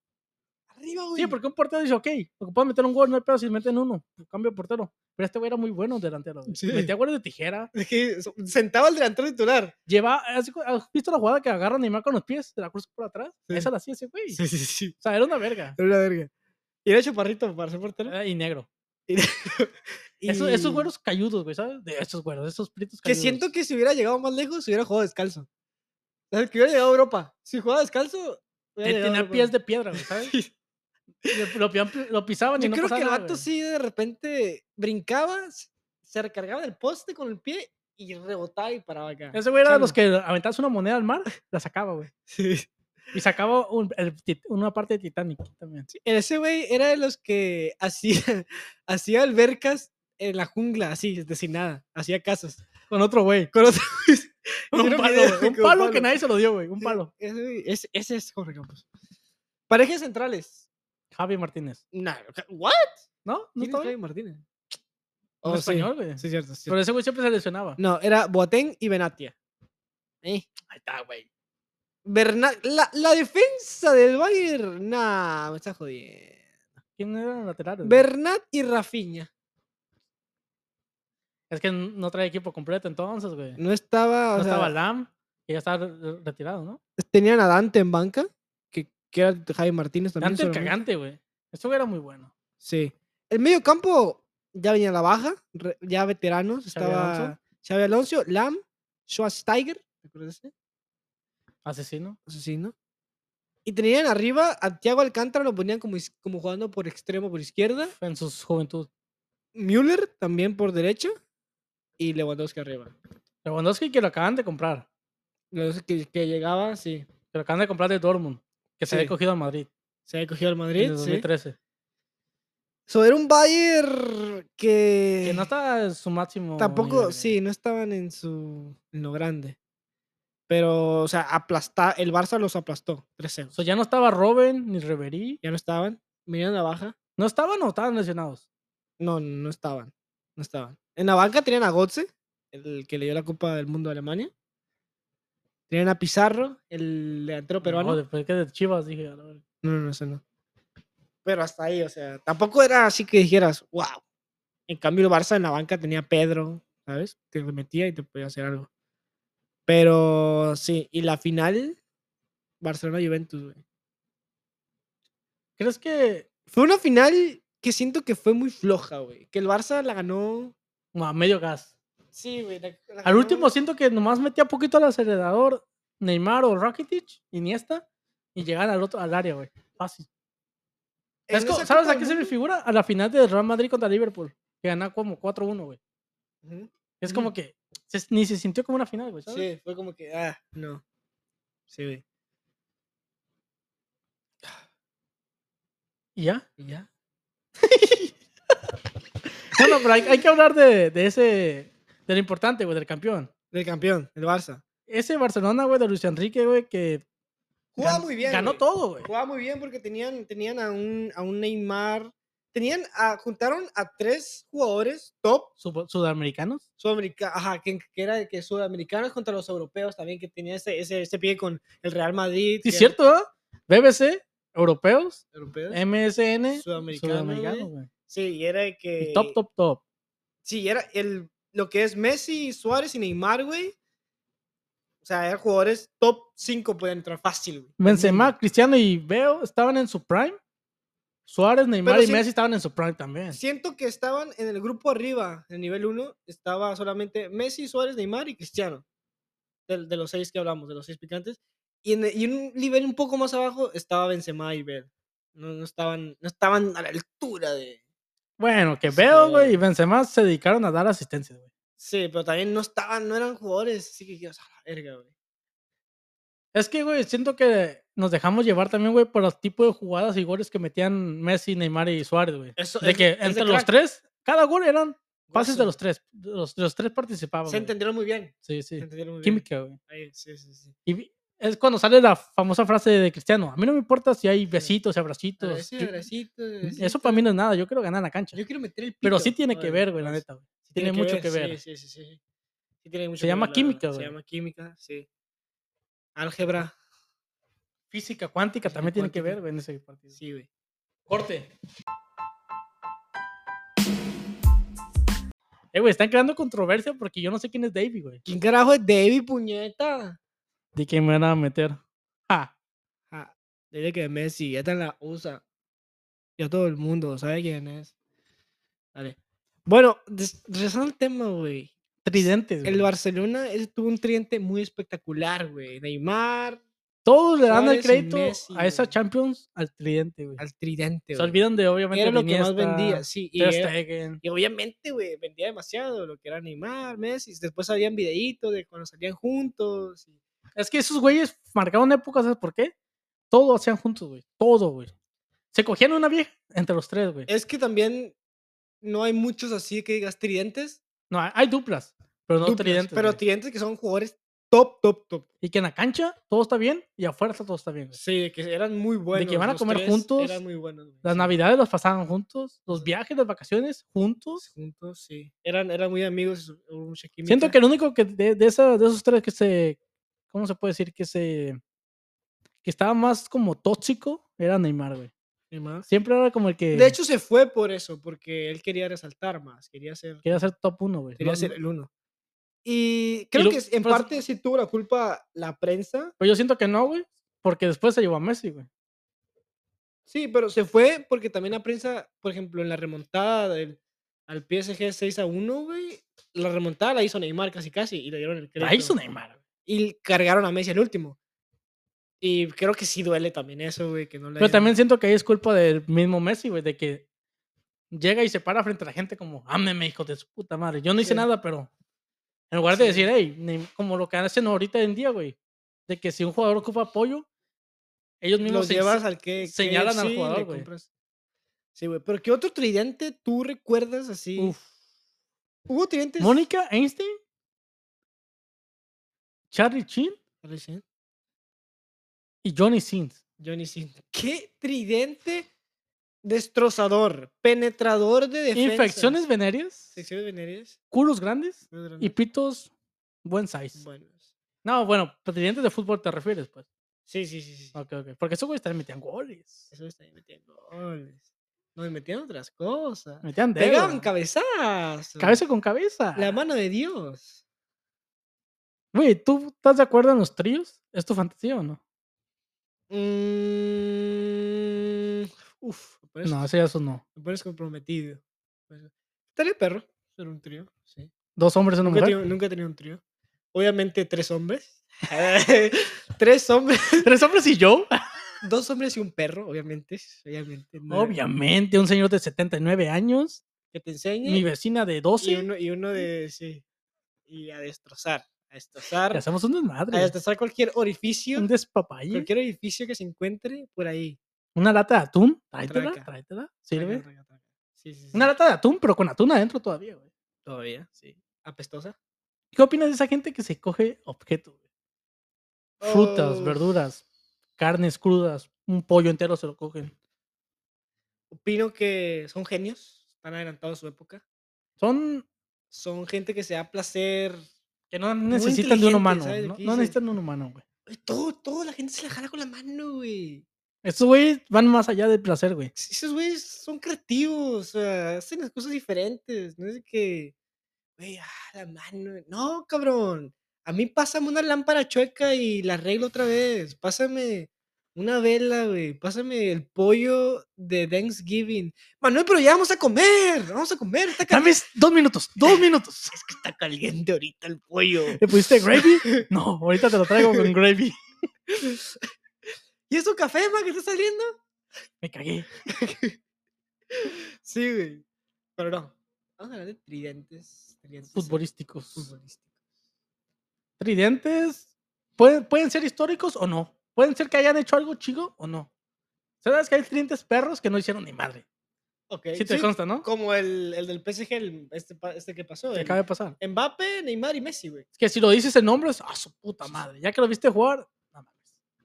[SPEAKER 1] arriba, güey.
[SPEAKER 2] Sí, porque un portero dice, ok, ocupas meter un gol, no hay pedo si meten uno. Cambio de portero. Pero este güey era muy bueno delantero. güey.
[SPEAKER 1] Sí.
[SPEAKER 2] Metía goles de tijera.
[SPEAKER 1] Es que so- sentaba al delantero titular.
[SPEAKER 2] Lleva, ¿has has visto la jugada que agarra a Neymar con los pies? Se la cruza por atrás.
[SPEAKER 1] Sí.
[SPEAKER 2] Esa la hacía ese güey.
[SPEAKER 1] sí, sí.
[SPEAKER 2] O sea, era una verga.
[SPEAKER 1] Era una verga. Y era chaparrito para ser portero.
[SPEAKER 2] Era- Y negro.
[SPEAKER 1] Y...
[SPEAKER 2] Esos, Ah, esos güeros cayudos, güey, ¿sabes? De esos güeros, esos pritos
[SPEAKER 1] Que
[SPEAKER 2] cayudos.
[SPEAKER 1] siento que si hubiera llegado más lejos, hubiera jugado descalzo. O sea, que hubiera llegado a Europa. Si jugaba descalzo, hubiera
[SPEAKER 2] Te-
[SPEAKER 1] llegado a
[SPEAKER 2] tenía
[SPEAKER 1] Europa.
[SPEAKER 2] pies de piedra, güey, ¿sabes? Le- Lo, pian- lo pisaban y
[SPEAKER 1] Yo
[SPEAKER 2] no
[SPEAKER 1] creo que
[SPEAKER 2] pasaba
[SPEAKER 1] el
[SPEAKER 2] nada,
[SPEAKER 1] vato
[SPEAKER 2] güey.
[SPEAKER 1] sí de repente brincaba, s- se recargaba del poste con el pie y rebotaba y paraba acá.
[SPEAKER 2] Ese güey era de los
[SPEAKER 1] Chale.
[SPEAKER 2] que aventabas una moneda al mar, la sacaba, güey.
[SPEAKER 1] Sí.
[SPEAKER 2] Y sacaba un- el tit- una parte de Titanic también.
[SPEAKER 1] Ese güey era de los que hacía, hacía albercas en la jungla, así, de sin nada. Hacía casas.
[SPEAKER 2] Con otro güey.
[SPEAKER 1] Con otro
[SPEAKER 2] Con un
[SPEAKER 1] Hicieron
[SPEAKER 2] palo,
[SPEAKER 1] video
[SPEAKER 2] güey, Un
[SPEAKER 1] con
[SPEAKER 2] palo que
[SPEAKER 1] palo.
[SPEAKER 2] nadie se lo dio, güey. Un palo.
[SPEAKER 1] Ese, güey- ese- ese eh, es Jorge Campos. Parejas centrales.
[SPEAKER 2] Javi Martínez.
[SPEAKER 1] Nah, ja- ¿what?
[SPEAKER 2] ¿No? ¿No
[SPEAKER 1] ¿Quién es
[SPEAKER 2] estaba
[SPEAKER 1] Javi
[SPEAKER 2] bien?
[SPEAKER 1] Martínez?
[SPEAKER 2] Un
[SPEAKER 1] Oh, sí,
[SPEAKER 2] español, güey.
[SPEAKER 1] Sí, cierto. sí,
[SPEAKER 2] Pero ese güey siempre se lesionaba.
[SPEAKER 1] cierto. No, era Boateng y Benatia. Eh.
[SPEAKER 2] Ahí está, güey.
[SPEAKER 1] Berna- la, la defensa del Bayern, nah, me está jodiendo.
[SPEAKER 2] ¿Quién era el lateral? güey?
[SPEAKER 1] Bernat y Rafinha.
[SPEAKER 2] Es que no trae equipo completo entonces, güey. No,
[SPEAKER 1] Eh, No estaba, o sea,
[SPEAKER 2] estaba Lam, que ya estaba re- retirado, ¿no?
[SPEAKER 1] tenían a Dante en banca, que, que era Javi Martínez también.
[SPEAKER 2] Dante el
[SPEAKER 1] seguramente.
[SPEAKER 2] cagante, güey. Este güey era muy bueno.
[SPEAKER 1] Sí. El medio campo ya venía a la baja, re- ya veteranos.
[SPEAKER 2] Xabi Alonso.
[SPEAKER 1] Estaba Xavi Alonso, Lam, Schwarzenegger, ¿te acuerdas de ese?
[SPEAKER 2] Asesino.
[SPEAKER 1] Asesino. Y tenían arriba a Thiago Alcántara, lo ponían como, is- como jugando por extremo por izquierda.
[SPEAKER 2] En su juventud.
[SPEAKER 1] Müller también por derecha. Y Lewandowski arriba.
[SPEAKER 2] Lewandowski que lo acaban de comprar.
[SPEAKER 1] Lewandowski que, que llegaba, sí.
[SPEAKER 2] Que lo acaban de comprar de Dortmund. Que se había
[SPEAKER 1] Sí.
[SPEAKER 2] cogido a Madrid.
[SPEAKER 1] Se había cogido al
[SPEAKER 2] En
[SPEAKER 1] Madrid,
[SPEAKER 2] el
[SPEAKER 1] sí.
[SPEAKER 2] 2013.
[SPEAKER 1] So, era un Bayern que...
[SPEAKER 2] Que no estaba en su máximo. nivel,
[SPEAKER 1] Eh, Tampoco,
[SPEAKER 2] güey.
[SPEAKER 1] sí, no estaban en su en lo grande. Pero, o sea, aplasta, el Barça los aplastó 3-0.
[SPEAKER 2] O sea, ya no estaba Robben ni Reverí.
[SPEAKER 1] Ya no estaban. Miraron la baja.
[SPEAKER 2] No estaban o estaban lesionados.
[SPEAKER 1] No, no estaban. No estaban. En la banca tenían a Gotze, el que le dio la Copa del Mundo a Alemania. Tenían a Pizarro, el delantero peruano.
[SPEAKER 2] No,
[SPEAKER 1] No,
[SPEAKER 2] después que de Chivas dije. a la verga.
[SPEAKER 1] no, no, ese no. Pero hasta ahí, o sea, tampoco era así que dijeras, wow. En cambio, el Barça en la banca tenía a Pedro, ¿sabes? Te metía y te podía hacer algo. Pero sí, y la final, Barcelona-Juventus, güey.
[SPEAKER 2] ¿Crees que
[SPEAKER 1] Fue una final que siento que fue muy floja, güey. Que el Barça la ganó.
[SPEAKER 2] no, a medio gas?
[SPEAKER 1] Sí, güey. la- la
[SPEAKER 2] Al último
[SPEAKER 1] ganó-
[SPEAKER 2] siento que nomás metía poquito al acelerador Neymar o Rakitic, Iniesta, y llegar al otro al área, güey. Fácil.
[SPEAKER 1] en
[SPEAKER 2] Es co-
[SPEAKER 1] esa
[SPEAKER 2] ¿Sabes
[SPEAKER 1] Copa
[SPEAKER 2] a
[SPEAKER 1] del
[SPEAKER 2] qué se me
[SPEAKER 1] Mundo-
[SPEAKER 2] figura? A la final de Real Madrid contra Liverpool. Que gana como 4-1, güey.
[SPEAKER 1] Ujú.
[SPEAKER 2] Es como
[SPEAKER 1] Ujú.
[SPEAKER 2] que se- ni se sintió como una final, güey. ¿sabes?
[SPEAKER 1] Sí, fue como que, ah, no. Sí, güey.
[SPEAKER 2] Y ya.
[SPEAKER 1] ¿Y ya?
[SPEAKER 2] Bueno, pero hay, hay que hablar de, de ese. De lo importante, güey, del campeón.
[SPEAKER 1] Del campeón, el Barça.
[SPEAKER 2] Ese Barcelona, güey, de Luis Enrique, güey, que.
[SPEAKER 1] Jugaba
[SPEAKER 2] gan-
[SPEAKER 1] muy bien,
[SPEAKER 2] Ganó
[SPEAKER 1] güey.
[SPEAKER 2] todo, güey.
[SPEAKER 1] Jugaba muy bien porque tenían, tenían a, un, a un Neymar. Tenían a, juntaron a tres jugadores top
[SPEAKER 2] Sud- Sudamericanos.
[SPEAKER 1] sudamericanos, ajá, que, que era de que sudamericanos contra los europeos también, que tenía ese, ese, ese pie con el Real Madrid.
[SPEAKER 2] Sí,
[SPEAKER 1] que
[SPEAKER 2] cierto, ¿eh? ¿verdad? BBC, europeos,
[SPEAKER 1] eran europeos.
[SPEAKER 2] MSN,
[SPEAKER 1] Sudamericano,
[SPEAKER 2] sudamericano,
[SPEAKER 1] güey.
[SPEAKER 2] güey.
[SPEAKER 1] Sí, y era de que.
[SPEAKER 2] Y top, top, top.
[SPEAKER 1] Sí, era el, lo que es Messi, Suárez y Neymar, güey. O sea, eran jugadores top 5 pueden entrar fácil, güey. del
[SPEAKER 2] Benzema,
[SPEAKER 1] mundo.
[SPEAKER 2] Cristiano y Beo estaban en su prime. Suárez, Neymar
[SPEAKER 1] Pero
[SPEAKER 2] y
[SPEAKER 1] sí-
[SPEAKER 2] Messi estaban en su prime también.
[SPEAKER 1] Siento que estaban en el grupo arriba, en el nivel 1, estaba solamente Messi, Suárez, Neymar y Cristiano. del- De, los seis que hablamos, de los seis picantes. Y en, y en un nivel un poco más abajo estaba Benzema y Bale. No, no, estaban, no estaban a la altura de...
[SPEAKER 2] Bueno, que
[SPEAKER 1] Sí.
[SPEAKER 2] Beo, güey, y Benzema se dedicaron a dar asistencia, güey.
[SPEAKER 1] Sí, pero también no estaban, no eran jugadores. Así que digas, a la verga, güey.
[SPEAKER 2] Es que, güey, siento que nos dejamos llevar también, güey, por los tipos de jugadas y goles que metían Messi, Neymar y Suárez, güey.
[SPEAKER 1] Eso
[SPEAKER 2] De
[SPEAKER 1] es-
[SPEAKER 2] que
[SPEAKER 1] es de
[SPEAKER 2] entre los
[SPEAKER 1] crack.
[SPEAKER 2] tres, cada gol eran Pases de
[SPEAKER 1] Gozo.
[SPEAKER 2] los tres. de Los, de los tres participaban.
[SPEAKER 1] Se
[SPEAKER 2] güey.
[SPEAKER 1] entendieron muy bien.
[SPEAKER 2] Sí,
[SPEAKER 1] se
[SPEAKER 2] sí.
[SPEAKER 1] entendieron muy bien.
[SPEAKER 2] Química, güey.
[SPEAKER 1] Ahí, sí, sí, sí.
[SPEAKER 2] Y vi- es cuando sale la famosa frase de Cristiano. A mí no me importa si hay besitos y abracitos.
[SPEAKER 1] Abracito,
[SPEAKER 2] yo-
[SPEAKER 1] abracito,
[SPEAKER 2] Eso
[SPEAKER 1] abracito.
[SPEAKER 2] para mí no es nada. Yo quiero ganar en la cancha.
[SPEAKER 1] Yo quiero meter el pito.
[SPEAKER 2] Pero sí tiene que
[SPEAKER 1] Órale,
[SPEAKER 2] ver, güey, la
[SPEAKER 1] vas.
[SPEAKER 2] neta, güey.
[SPEAKER 1] Sí
[SPEAKER 2] Tiene mucho que
[SPEAKER 1] sí,
[SPEAKER 2] ver.
[SPEAKER 1] Sí, sí, sí, sí. Sí tiene mucho
[SPEAKER 2] Se
[SPEAKER 1] que
[SPEAKER 2] llama
[SPEAKER 1] ver, la
[SPEAKER 2] química,
[SPEAKER 1] verdad.
[SPEAKER 2] güey.
[SPEAKER 1] Se llama química, sí. Álgebra,
[SPEAKER 2] Física cuántica
[SPEAKER 1] Física
[SPEAKER 2] también tiene que
[SPEAKER 1] cuántica.
[SPEAKER 2] ver, güey, en ese partido.
[SPEAKER 1] sí, güey.
[SPEAKER 2] Corte. Eh, güey, están creando controversia porque yo no sé quién es Davey, güey.
[SPEAKER 1] ¿Quién carajo es David, puñeta?
[SPEAKER 2] ¿De quién me van a meter? Ah,
[SPEAKER 1] Ah, desde que Messi, esta la usa. Ya todo el mundo sabe quién es. Dale. Bueno, des- regresando al tema, güey.
[SPEAKER 2] tridentes, güey.
[SPEAKER 1] El Barcelona es- tuvo un tridente muy espectacular, güey. Neymar
[SPEAKER 2] Todos le dan el
[SPEAKER 1] Suárez y
[SPEAKER 2] crédito
[SPEAKER 1] Messi,
[SPEAKER 2] a esa
[SPEAKER 1] güey.
[SPEAKER 2] Champions al tridente, güey.
[SPEAKER 1] al tridente,
[SPEAKER 2] Se
[SPEAKER 1] güey.
[SPEAKER 2] olvidan de, obviamente,
[SPEAKER 1] Era lo que más
[SPEAKER 2] Iniesta,
[SPEAKER 1] vendía, sí. Y,
[SPEAKER 2] Ter
[SPEAKER 1] era-
[SPEAKER 2] Stegen.
[SPEAKER 1] y obviamente, güey, vendía demasiado lo que era Neymar, Messi. Después habían videitos de cuando salían juntos. y-
[SPEAKER 2] Es que esos güeyes marcaron épocas, ¿sabes por qué? Todo hacían juntos, güey. Todo, güey. Se cogían una vieja entre los tres, güey.
[SPEAKER 1] Es que también no hay muchos así que digas tridentes.
[SPEAKER 2] No, hay- hay duplas, pero no
[SPEAKER 1] duplas,
[SPEAKER 2] tridentes.
[SPEAKER 1] pero
[SPEAKER 2] güey.
[SPEAKER 1] tridentes que son jugadores top, top, top.
[SPEAKER 2] y que en la cancha todo está bien y afuera todo está bien. güey.
[SPEAKER 1] Sí, de que eran muy buenos.
[SPEAKER 2] van a
[SPEAKER 1] los
[SPEAKER 2] comer
[SPEAKER 1] tres
[SPEAKER 2] juntos,
[SPEAKER 1] Eran muy buenos. güey,
[SPEAKER 2] Las
[SPEAKER 1] sí,
[SPEAKER 2] navidades las pasaban juntos, los viajes, las vacaciones juntos.
[SPEAKER 1] Juntos, sí. Eran, eran muy amigos. y Hubo mucha química.
[SPEAKER 2] Siento que el único que de, de esa- de esos tres que se, ¿cómo se puede decir? Que se, que estaba más como tóxico era Neymar, güey.
[SPEAKER 1] Ni más.
[SPEAKER 2] Siempre era como el que
[SPEAKER 1] De hecho, se fue por eso, porque él quería resaltar más. Quería ser,
[SPEAKER 2] quería ser top uno, güey.
[SPEAKER 1] quería
[SPEAKER 2] No-
[SPEAKER 1] ser
[SPEAKER 2] no-
[SPEAKER 1] el uno. Y creo
[SPEAKER 2] lo-
[SPEAKER 1] que en
[SPEAKER 2] pero es-
[SPEAKER 1] parte sí tuvo la culpa la prensa.
[SPEAKER 2] Pero yo siento que no, güey, porque después se llevó a Messi, güey.
[SPEAKER 1] Sí, pero se fue porque también la prensa, por ejemplo, en la remontada del, al PSG 6 a 1, güey, la remontada la hizo Neymar casi casi y le dieron el crédito.
[SPEAKER 2] Ahí hizo Neymar. güey.
[SPEAKER 1] y cargaron a Messi el último. Y creo que sí duele también eso, güey, que no le
[SPEAKER 2] Pero
[SPEAKER 1] hayan-
[SPEAKER 2] también siento que ahí es culpa del mismo Messi, güey, de que llega y se para frente a la gente como, ámeme, hijo de su puta madre. Yo no hice
[SPEAKER 1] Sí.
[SPEAKER 2] nada, pero en lugar de
[SPEAKER 1] Sí.
[SPEAKER 2] decir, hey, ni- como lo que hacen ahorita en día, güey, de que si un jugador ocupa apoyo, ellos mismos
[SPEAKER 1] los
[SPEAKER 2] se-
[SPEAKER 1] llevas al que
[SPEAKER 2] señalan al
[SPEAKER 1] KFC y le
[SPEAKER 2] jugador, güey.
[SPEAKER 1] compras. Sí, güey, pero ¿qué otro tridente tú recuerdas así?
[SPEAKER 2] Uf.
[SPEAKER 1] ¿Hubo tridentes?
[SPEAKER 2] Mónica Einstein, Charlie Chin
[SPEAKER 1] Recién.
[SPEAKER 2] y Johnny Sins.
[SPEAKER 1] Johnny Sin. ¿Qué tridente destrozador, penetrador de defensa?
[SPEAKER 2] Infecciones venéreas,
[SPEAKER 1] Infecciones venéreas.
[SPEAKER 2] culos grandes
[SPEAKER 1] muy
[SPEAKER 2] y pues
[SPEAKER 1] grandes.
[SPEAKER 2] pitos buen size.
[SPEAKER 1] Buenos.
[SPEAKER 2] No, bueno, presidentes de fútbol te refieres, pues.
[SPEAKER 1] Sí, sí, sí, sí. sí.
[SPEAKER 2] Ok, ok. Porque esos güeyes también metían goles.
[SPEAKER 1] Eso está metiendo goles. Nos metían otras cosas.
[SPEAKER 2] Metían dedo.
[SPEAKER 1] Pegaban cabezazos.
[SPEAKER 2] Cabeza con cabeza.
[SPEAKER 1] La mano de Dios.
[SPEAKER 2] Güey, ¿tú estás de acuerdo en los tríos? ¿Es tu fantasía o no?
[SPEAKER 1] Mm, Uf, me pones,
[SPEAKER 2] No, ese ya eso no.
[SPEAKER 1] me pones comprometido. Pues, Estaría perro ser un trío, sí.
[SPEAKER 2] Dos hombres y una
[SPEAKER 1] Nunca he,
[SPEAKER 2] mujer.
[SPEAKER 1] tenido, nunca he tenido un trío. Obviamente tres hombres. tres hombres.
[SPEAKER 2] Tres hombres y yo.
[SPEAKER 1] Dos hombres y un perro, obviamente. Obviamente. no-
[SPEAKER 2] Obviamente, un señor de 79 años,
[SPEAKER 1] Que te enseñe.
[SPEAKER 2] mi vecina de
[SPEAKER 1] y,
[SPEAKER 2] 12.
[SPEAKER 1] uno, y uno de, sí. Y a destrozar. A
[SPEAKER 2] y
[SPEAKER 1] destrozar.
[SPEAKER 2] hacemos un
[SPEAKER 1] A
[SPEAKER 2] desmadre.
[SPEAKER 1] destrozar cualquier orificio.
[SPEAKER 2] Un despapalle.
[SPEAKER 1] Cualquier edificio que se encuentre por ahí.
[SPEAKER 2] Una lata de atún. Tráetela,
[SPEAKER 1] Traca.
[SPEAKER 2] tráetela.
[SPEAKER 1] Taca,
[SPEAKER 2] Sirve.
[SPEAKER 1] taca, taca. Sí, sí, sí.
[SPEAKER 2] Una lata de atún, pero con atún adentro todavía, güey.
[SPEAKER 1] Todavía, sí. Apestosa.
[SPEAKER 2] ¿Qué opinas de esa gente que se coge objetos? güey? Frutas,
[SPEAKER 1] Oh.
[SPEAKER 2] verduras, carnes crudas, un pollo entero se lo cogen.
[SPEAKER 1] Opino que son genios, están adelantados a su época.
[SPEAKER 2] Son
[SPEAKER 1] Son gente que se da placer.
[SPEAKER 2] que no
[SPEAKER 1] Muy
[SPEAKER 2] necesitan de un
[SPEAKER 1] inteligente,
[SPEAKER 2] humano.
[SPEAKER 1] ¿sabes?
[SPEAKER 2] No,
[SPEAKER 1] Que
[SPEAKER 2] no
[SPEAKER 1] dices,
[SPEAKER 2] necesitan de un humano, güey.
[SPEAKER 1] Güey, Todo, todo, la gente se la jala con la mano, güey.
[SPEAKER 2] Estos güeyes van más allá del placer, güey.
[SPEAKER 1] Sí, Esos güeyes son creativos, o sea, hacen las cosas diferentes. No es de que, güey, ah, la mano. No, cabrón. A mí pásame una lámpara chueca y la arreglo otra vez. Pásame una vela, güey. Pásame el pollo de Thanksgiving. Manuel, pero ya vamos a comer. Vamos a comer. Está
[SPEAKER 2] Dame s- dos minutos, dos minutos.
[SPEAKER 1] Es que está caliente ahorita el pollo.
[SPEAKER 2] ¿Le pusiste gravy? No, ahorita te lo traigo con gravy.
[SPEAKER 1] ¿Y eso café, ma, que está saliendo?
[SPEAKER 2] Me cagué.
[SPEAKER 1] Sí, güey. Pero no. Vamos a hablar de tridentes. tridentes
[SPEAKER 2] Futbolísticos.
[SPEAKER 1] futbolísticos.
[SPEAKER 2] Tridentes. Pueden, pueden ser históricos o no. Pueden ser que hayan hecho algo chido o no. ¿Sabes que hay tridentes perros que no hicieron ni madre?
[SPEAKER 1] Ok,
[SPEAKER 2] Sí te
[SPEAKER 1] Eh, sí,
[SPEAKER 2] consta, ¿no?
[SPEAKER 1] Como el, el del PSG, el- este, pa- este que pasó.
[SPEAKER 2] Que
[SPEAKER 1] el
[SPEAKER 2] acaba de pasar.
[SPEAKER 1] Mbappé, Neymar y Messi, güey.
[SPEAKER 2] Es que si lo dices en nombres, ¡ah, su puta madre! Ya que lo viste jugar, no mames.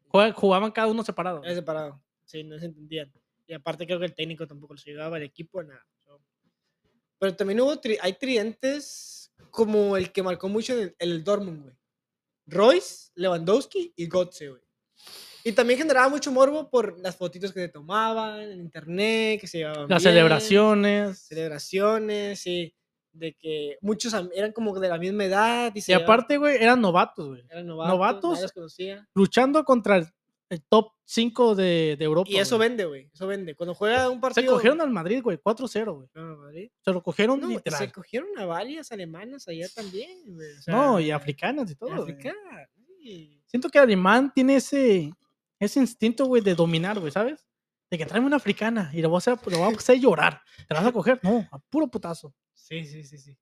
[SPEAKER 2] Jue- Jugaban cada uno separado.
[SPEAKER 1] Era separado. Sí, no se entendían. Y aparte creo que el técnico tampoco les ayudaba, el equipo, nada. so. Pero también hubo, tri- hay tridentes como el que marcó mucho en el, en el Dortmund, güey. Royce, Lewandowski y Götze, güey. Y también generaba mucho morbo por las fotitos que se tomaban en internet, que se llevaban
[SPEAKER 2] Las
[SPEAKER 1] bien,
[SPEAKER 2] celebraciones.
[SPEAKER 1] Celebraciones, sí. De que muchos am- eran como de la misma edad. Y, se
[SPEAKER 2] Y
[SPEAKER 1] llevaban-
[SPEAKER 2] aparte, güey, eran novatos, güey.
[SPEAKER 1] eran novatos.
[SPEAKER 2] novatos,
[SPEAKER 1] nadie los conocía.
[SPEAKER 2] Luchando contra el, el top 5 de, de Europa.
[SPEAKER 1] Y eso
[SPEAKER 2] güey.
[SPEAKER 1] vende, güey. Eso vende. Cuando juega un partido...
[SPEAKER 2] Se cogieron al Madrid, güey, 4-0, güey.
[SPEAKER 1] No, Madrid.
[SPEAKER 2] Se lo cogieron
[SPEAKER 1] No,
[SPEAKER 2] literal.
[SPEAKER 1] se cogieron a varias alemanas allá también. güey, o
[SPEAKER 2] No, y
[SPEAKER 1] sea,
[SPEAKER 2] africanas y todo. güey.
[SPEAKER 1] africanas, sí.
[SPEAKER 2] Siento que el alemán tiene ese, ese instinto, güey, de dominar, güey, ¿sabes? De que tráeme una africana y la voy a hacer, la voy a hacer llorar. ¿Te la vas a coger? No, a puro putazo.
[SPEAKER 1] Sí, sí, sí, sí.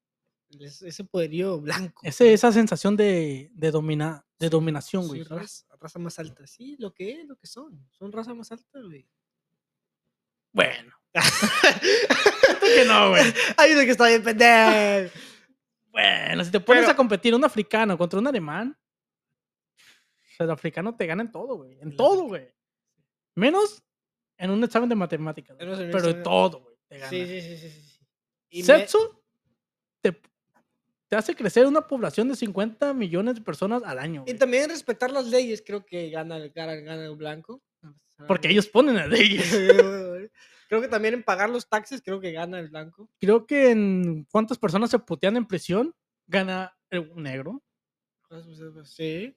[SPEAKER 1] Es- ese poderío blanco.
[SPEAKER 2] Ese, esa sensación de, de, domina, de dominación, güey.
[SPEAKER 1] Sí,
[SPEAKER 2] ¿sabes?
[SPEAKER 1] raza, raza más alta. Sí, lo que es, lo que son. Son raza más alta, güey.
[SPEAKER 2] Bueno. que no, güey.
[SPEAKER 1] Hay uno que está bien pendejo.
[SPEAKER 2] Bueno, si te pones
[SPEAKER 1] Pero-
[SPEAKER 2] a competir un africano contra un alemán, pues, el africano te gana en todo, güey. En
[SPEAKER 1] El
[SPEAKER 2] todo,
[SPEAKER 1] africano.
[SPEAKER 2] güey. Menos en un examen de matemáticas. güey,
[SPEAKER 1] Menos en un
[SPEAKER 2] Pero en
[SPEAKER 1] examen-
[SPEAKER 2] todo, güey. Te gana.
[SPEAKER 1] Sí, sí, sí, sí, sí, sí. Y me-
[SPEAKER 2] Sexo te, te hace crecer una población de 50 millones de personas al año.
[SPEAKER 1] Y
[SPEAKER 2] güey,
[SPEAKER 1] también respetar las leyes, creo que gana el, gana, gana el blanco.
[SPEAKER 2] porque ellos ponen a leyes.
[SPEAKER 1] creo que también en pagar los taxes, creo que gana el blanco.
[SPEAKER 2] Creo que en cuántas personas se putean en prisión, gana el negro.
[SPEAKER 1] Sí.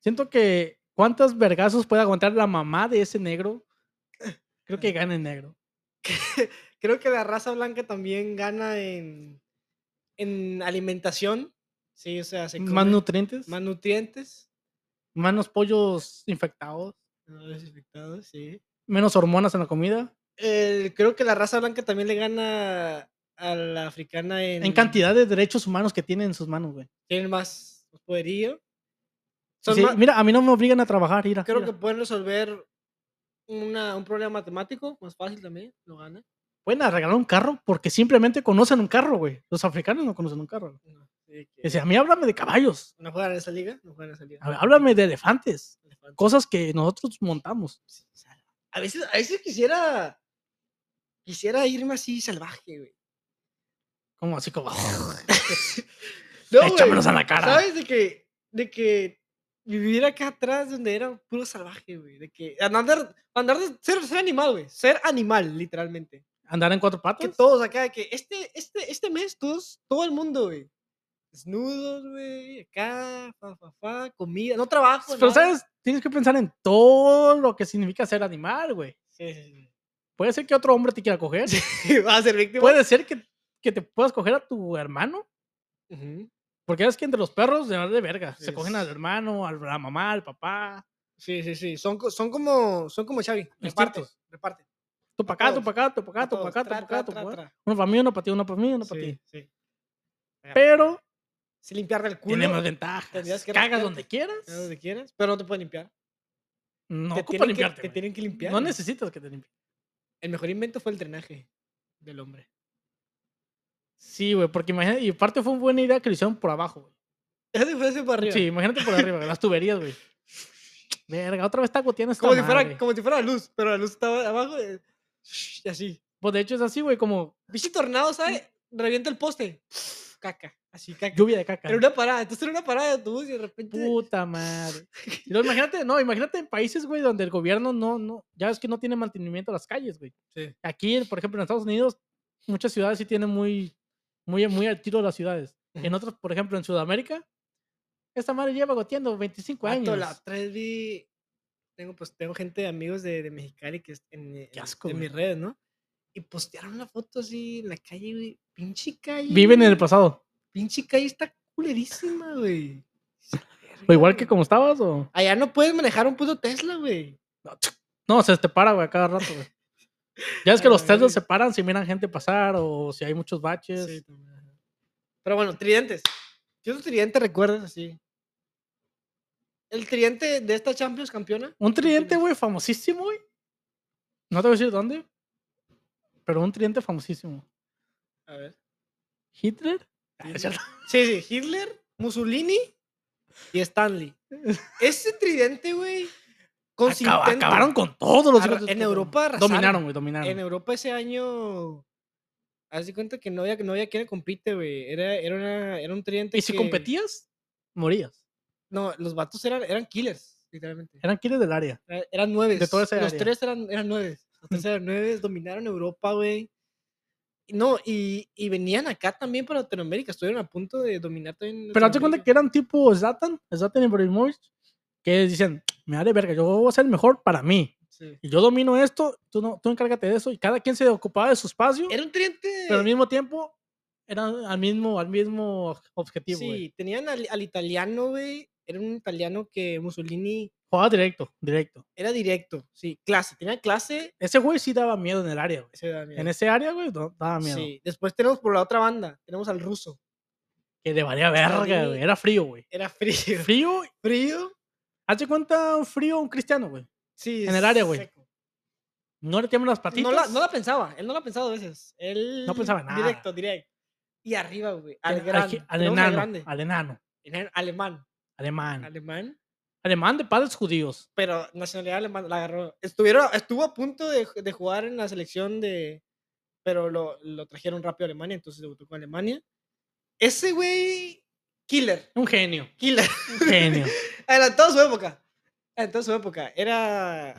[SPEAKER 2] Siento que cuántas vergazos puede aguantar la mamá de ese negro. Creo que gana el negro.
[SPEAKER 1] creo que la raza blanca también gana en, en alimentación. Sí, o sea, se
[SPEAKER 2] Más
[SPEAKER 1] come
[SPEAKER 2] nutrientes,
[SPEAKER 1] más nutrientes.
[SPEAKER 2] menos pollos infectados,
[SPEAKER 1] no desinfectados, sí.
[SPEAKER 2] menos hormonas en la comida.
[SPEAKER 1] El- creo que la raza blanca también le gana a la africana en,
[SPEAKER 2] En cantidad de derechos humanos que tienen en sus manos, güey.
[SPEAKER 1] Tienen más poderío. Son
[SPEAKER 2] Sí,
[SPEAKER 1] más-
[SPEAKER 2] mira, a mí no me obligan a trabajar, mira,
[SPEAKER 1] creo
[SPEAKER 2] mira.
[SPEAKER 1] que pueden resolver una- un problema matemático más fácil también. Lo gana.
[SPEAKER 2] pueden arreglar un carro porque simplemente conocen un carro, güey. Los africanos no conocen un carro. güey.
[SPEAKER 1] No, sí, que
[SPEAKER 2] Dice, a mí háblame de caballos,
[SPEAKER 1] no juegan en esa liga. No juegan en esa liga.
[SPEAKER 2] a- háblame de elefantes,
[SPEAKER 1] Elefantes.
[SPEAKER 2] cosas que nosotros montamos.
[SPEAKER 1] Sí, o sea, a veces, a veces quisiera. Quisiera irme así salvaje, güey.
[SPEAKER 2] Como así como, "Ah,
[SPEAKER 1] No, güey,
[SPEAKER 2] échamelos a la cara.
[SPEAKER 1] ¿Sabes? De que, de que vivir acá atrás donde era puro salvaje, güey. De que andar, andar de- ser, ser animal, güey. Ser animal, literalmente.
[SPEAKER 2] Andar en cuatro
[SPEAKER 1] Que
[SPEAKER 2] patas.
[SPEAKER 1] todos acá, de que este, este, este mes, todos, todo el mundo, güey. Desnudos, güey. Acá, fa, fa, fa, comida. No trabajo,
[SPEAKER 2] Pero,
[SPEAKER 1] pues, nada.
[SPEAKER 2] ¿sabes? Tienes que pensar en todo lo que significa ser animal, güey.
[SPEAKER 1] Sí, sí,
[SPEAKER 2] Puede ser que otro hombre te quiera coger.
[SPEAKER 1] sí. Vas a ser víctima.
[SPEAKER 2] Puede ser que, que te puedas coger a tu hermano.
[SPEAKER 1] Ujú.
[SPEAKER 2] Porque es que entre los perros, de verdad de verga. Se cogen al
[SPEAKER 1] Es-
[SPEAKER 2] hermano, a la mamá, al papá.
[SPEAKER 1] Sí, sí, sí. Son, co- son como, son como Xavi. Reparten,
[SPEAKER 2] Instintos.
[SPEAKER 1] reparten.
[SPEAKER 2] Tú para acá, tú
[SPEAKER 1] todos,
[SPEAKER 2] para acá, tú para
[SPEAKER 1] a
[SPEAKER 2] acá, tú para
[SPEAKER 1] todos,
[SPEAKER 2] acá, tú
[SPEAKER 1] tra,
[SPEAKER 2] para acá,
[SPEAKER 1] tra,
[SPEAKER 2] tú
[SPEAKER 1] tra,
[SPEAKER 2] para acá.
[SPEAKER 1] tra.
[SPEAKER 2] Uno para mí, uno para ti, uno para mí, uno para ti.
[SPEAKER 1] Sí, sí. Agarra.
[SPEAKER 2] Pero
[SPEAKER 1] Si limpiar del culo.
[SPEAKER 2] tiene más ventajas.
[SPEAKER 1] tendrías que
[SPEAKER 2] Cagas
[SPEAKER 1] rascarte.
[SPEAKER 2] donde quieras.
[SPEAKER 1] haz Donde quieras, pero no te pueden limpiar.
[SPEAKER 2] No
[SPEAKER 1] te, tienen
[SPEAKER 2] ocupa
[SPEAKER 1] que,
[SPEAKER 2] limpiarte.
[SPEAKER 1] te
[SPEAKER 2] güey.
[SPEAKER 1] tienen que limpiar.
[SPEAKER 2] No
[SPEAKER 1] güey.
[SPEAKER 2] necesitas que te limpie.
[SPEAKER 1] El mejor invento fue el drenaje del hombre.
[SPEAKER 2] Sí, güey, porque imagínate. Y aparte fue una buena idea que lo hicieron por abajo, güey.
[SPEAKER 1] Ese fue ese para arriba.
[SPEAKER 2] Sí, imagínate por arriba, las tuberías, güey. Verga, otra vez está goteando esta
[SPEAKER 1] como, si fuera,
[SPEAKER 2] madre.
[SPEAKER 1] como si fuera luz, pero la luz estaba abajo eh, y así.
[SPEAKER 2] Pues de hecho es así, güey, como
[SPEAKER 1] Bicho tornado, ¿sabes? Revienta el poste. Caca. Así, caca.
[SPEAKER 2] lluvia de caca.
[SPEAKER 1] Era una parada. Entonces era una parada de autobús y de repente.
[SPEAKER 2] Puta madre. Y luego imagínate, no, imagínate en países, güey, donde el gobierno no, no, ya es que no tiene mantenimiento a las calles, güey.
[SPEAKER 1] Sí.
[SPEAKER 2] Aquí, por ejemplo, en Estados Unidos, muchas ciudades sí tienen muy, muy, muy al tiro las ciudades. En
[SPEAKER 1] Ujú.
[SPEAKER 2] otros, por ejemplo, en Sudamérica, esta madre lleva goteando 25
[SPEAKER 1] Vato,
[SPEAKER 2] años.
[SPEAKER 1] la otra vez vi. Tengo, pues, tengo gente, amigos de, de Mexicali que es en, eh, en-
[SPEAKER 2] asco,
[SPEAKER 1] en
[SPEAKER 2] güey.
[SPEAKER 1] mis redes, ¿no? Y postearon una foto así en la calle, güey. Pinche calle.
[SPEAKER 2] Viven en el
[SPEAKER 1] güey.
[SPEAKER 2] pasado.
[SPEAKER 1] Pinche calle está culerísima, güey.
[SPEAKER 2] O igual que como estabas, o.
[SPEAKER 1] Allá no puedes manejar un puto Tesla, güey.
[SPEAKER 2] No, se te para, güey, a cada rato, güey. Ya es que
[SPEAKER 1] A la
[SPEAKER 2] los Teslas
[SPEAKER 1] verga.
[SPEAKER 2] se paran si miran gente pasar o si hay muchos baches.
[SPEAKER 1] Sí, también, ajá. Pero bueno, tridentes. ¿Qué otro tridente recuerdas así? El tridente de esta Champions campeona.
[SPEAKER 2] Un tridente,
[SPEAKER 1] tienes?
[SPEAKER 2] güey, famosísimo, güey. No te voy a decir dónde. pero un tridente famosísimo.
[SPEAKER 1] A ver.
[SPEAKER 2] Hitler.
[SPEAKER 1] Ah, Sí, sí, Hitler, Mussolini y Stanley. Ese tridente, güey. con
[SPEAKER 2] Acaba- acabaron con todos los
[SPEAKER 1] Arra-
[SPEAKER 2] hijos de su
[SPEAKER 1] en
[SPEAKER 2] puta
[SPEAKER 1] Europa
[SPEAKER 2] madre.
[SPEAKER 1] arrasaron.
[SPEAKER 2] Dominaron, güey, dominaron.
[SPEAKER 1] En Europa ese año. Haz de cuenta que no había, no había quien le compite, güey. Era, era, una- era un tridente.
[SPEAKER 2] Y si
[SPEAKER 1] que-
[SPEAKER 2] competías, morías.
[SPEAKER 1] No, los vatos eran, eran killers, literalmente.
[SPEAKER 2] Eran quieres del área.
[SPEAKER 1] Era- Eran nueve.
[SPEAKER 2] toda esa
[SPEAKER 1] Los
[SPEAKER 2] área.
[SPEAKER 1] tres eran, eran nueve. Los tres eran nueve, dominaron Europa, güey. Y No, y, y venían acá también para Latinoamérica. Estuvieron a punto de dominar también.
[SPEAKER 2] Pero hazte cuenta
[SPEAKER 1] Latinoamérica.
[SPEAKER 2] que eran tipo Zlatan, Zlatan Ibrahimovic, que dicen, me vale verga, yo voy a ser el mejor para mí.
[SPEAKER 1] Sí.
[SPEAKER 2] Y yo domino esto, tú, no, tú encárgate de eso. Y cada quien se ocupaba de su espacio,
[SPEAKER 1] Era un tridente.
[SPEAKER 2] pero al mismo tiempo eran al mismo, al mismo ob- objetivo.
[SPEAKER 1] sí,
[SPEAKER 2] güey.
[SPEAKER 1] tenían al, al italiano, güey. Era un italiano que Mussolini
[SPEAKER 2] Jugaba directo, directo.
[SPEAKER 1] era directo. Sí, clase. Tenía clase.
[SPEAKER 2] Ese güey sí daba miedo en el área, güey.
[SPEAKER 1] Se da miedo.
[SPEAKER 2] En ese área, güey, no, daba miedo.
[SPEAKER 1] Sí, después tenemos por la otra banda, tenemos al ruso.
[SPEAKER 2] Que le valía verga, güey.
[SPEAKER 1] Salí-
[SPEAKER 2] Era frío, güey.
[SPEAKER 1] Era frío.
[SPEAKER 2] Frío,
[SPEAKER 1] ¿Frío?
[SPEAKER 2] hazte cuenta un frío, un cristiano, güey.
[SPEAKER 1] Sí.
[SPEAKER 2] En el área, güey.
[SPEAKER 1] seco.
[SPEAKER 2] No le tiemblan las patitas.
[SPEAKER 1] No la, no la pensaba, él no la ha pensado a veces. Él
[SPEAKER 2] pensaba nada.
[SPEAKER 1] Directo, directo. Y arriba, güey. Al,
[SPEAKER 2] Tiene- al
[SPEAKER 1] gran,
[SPEAKER 2] gi- al
[SPEAKER 1] tenemos al
[SPEAKER 2] enano,
[SPEAKER 1] grande.
[SPEAKER 2] al enano,
[SPEAKER 1] Enano, Alemán.
[SPEAKER 2] alemán.
[SPEAKER 1] Alemán.
[SPEAKER 2] Alemán de padres judíos.
[SPEAKER 1] Pero nacionalidad alemana la agarró. Estuvieron, estuvo a punto de, de jugar en la selección de. Pero lo, lo trajeron rápido a Alemania, entonces debutó con Alemania. Ese güey. Killer.
[SPEAKER 2] Un genio,
[SPEAKER 1] Killer.
[SPEAKER 2] un genio.
[SPEAKER 1] Adelantado su época. Adelantado su época. Era.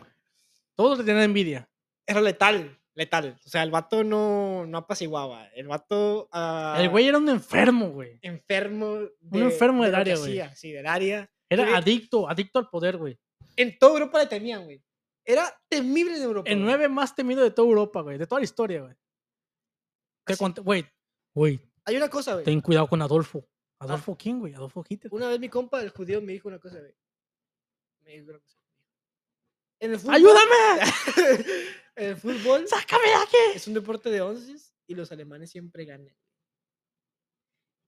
[SPEAKER 2] Todos le tienen envidia.
[SPEAKER 1] Era letal. Letal. O sea, el vato no, no apaciguaba. El vato. ah,
[SPEAKER 2] El güey era un enfermo, güey.
[SPEAKER 1] Enfermo.
[SPEAKER 2] enfermo del
[SPEAKER 1] lo que
[SPEAKER 2] área, güey.
[SPEAKER 1] hacía, Sí, del área.
[SPEAKER 2] Era
[SPEAKER 1] Tiene-
[SPEAKER 2] adicto, adicto al poder, güey.
[SPEAKER 1] En toda Europa le temían, güey. Era temible en Europa.
[SPEAKER 2] El
[SPEAKER 1] güey.
[SPEAKER 2] 9 más temido de toda Europa, güey. De toda la historia, güey. Te
[SPEAKER 1] Así-
[SPEAKER 2] conté- Güey, güey,
[SPEAKER 1] Hay una cosa, güey.
[SPEAKER 2] ten cuidado con Adolfo.
[SPEAKER 1] Ah.
[SPEAKER 2] ¿Adolfo quién, güey? Adolfo Hitler.
[SPEAKER 1] Una vez mi compa, el judío, me dijo una cosa, güey. Me dijo una cosa. En el fútbol,
[SPEAKER 2] ¡Ayúdame!
[SPEAKER 1] en el fútbol
[SPEAKER 2] ¡Sácame de aquí!
[SPEAKER 1] es un deporte de once y los alemanes siempre ganan.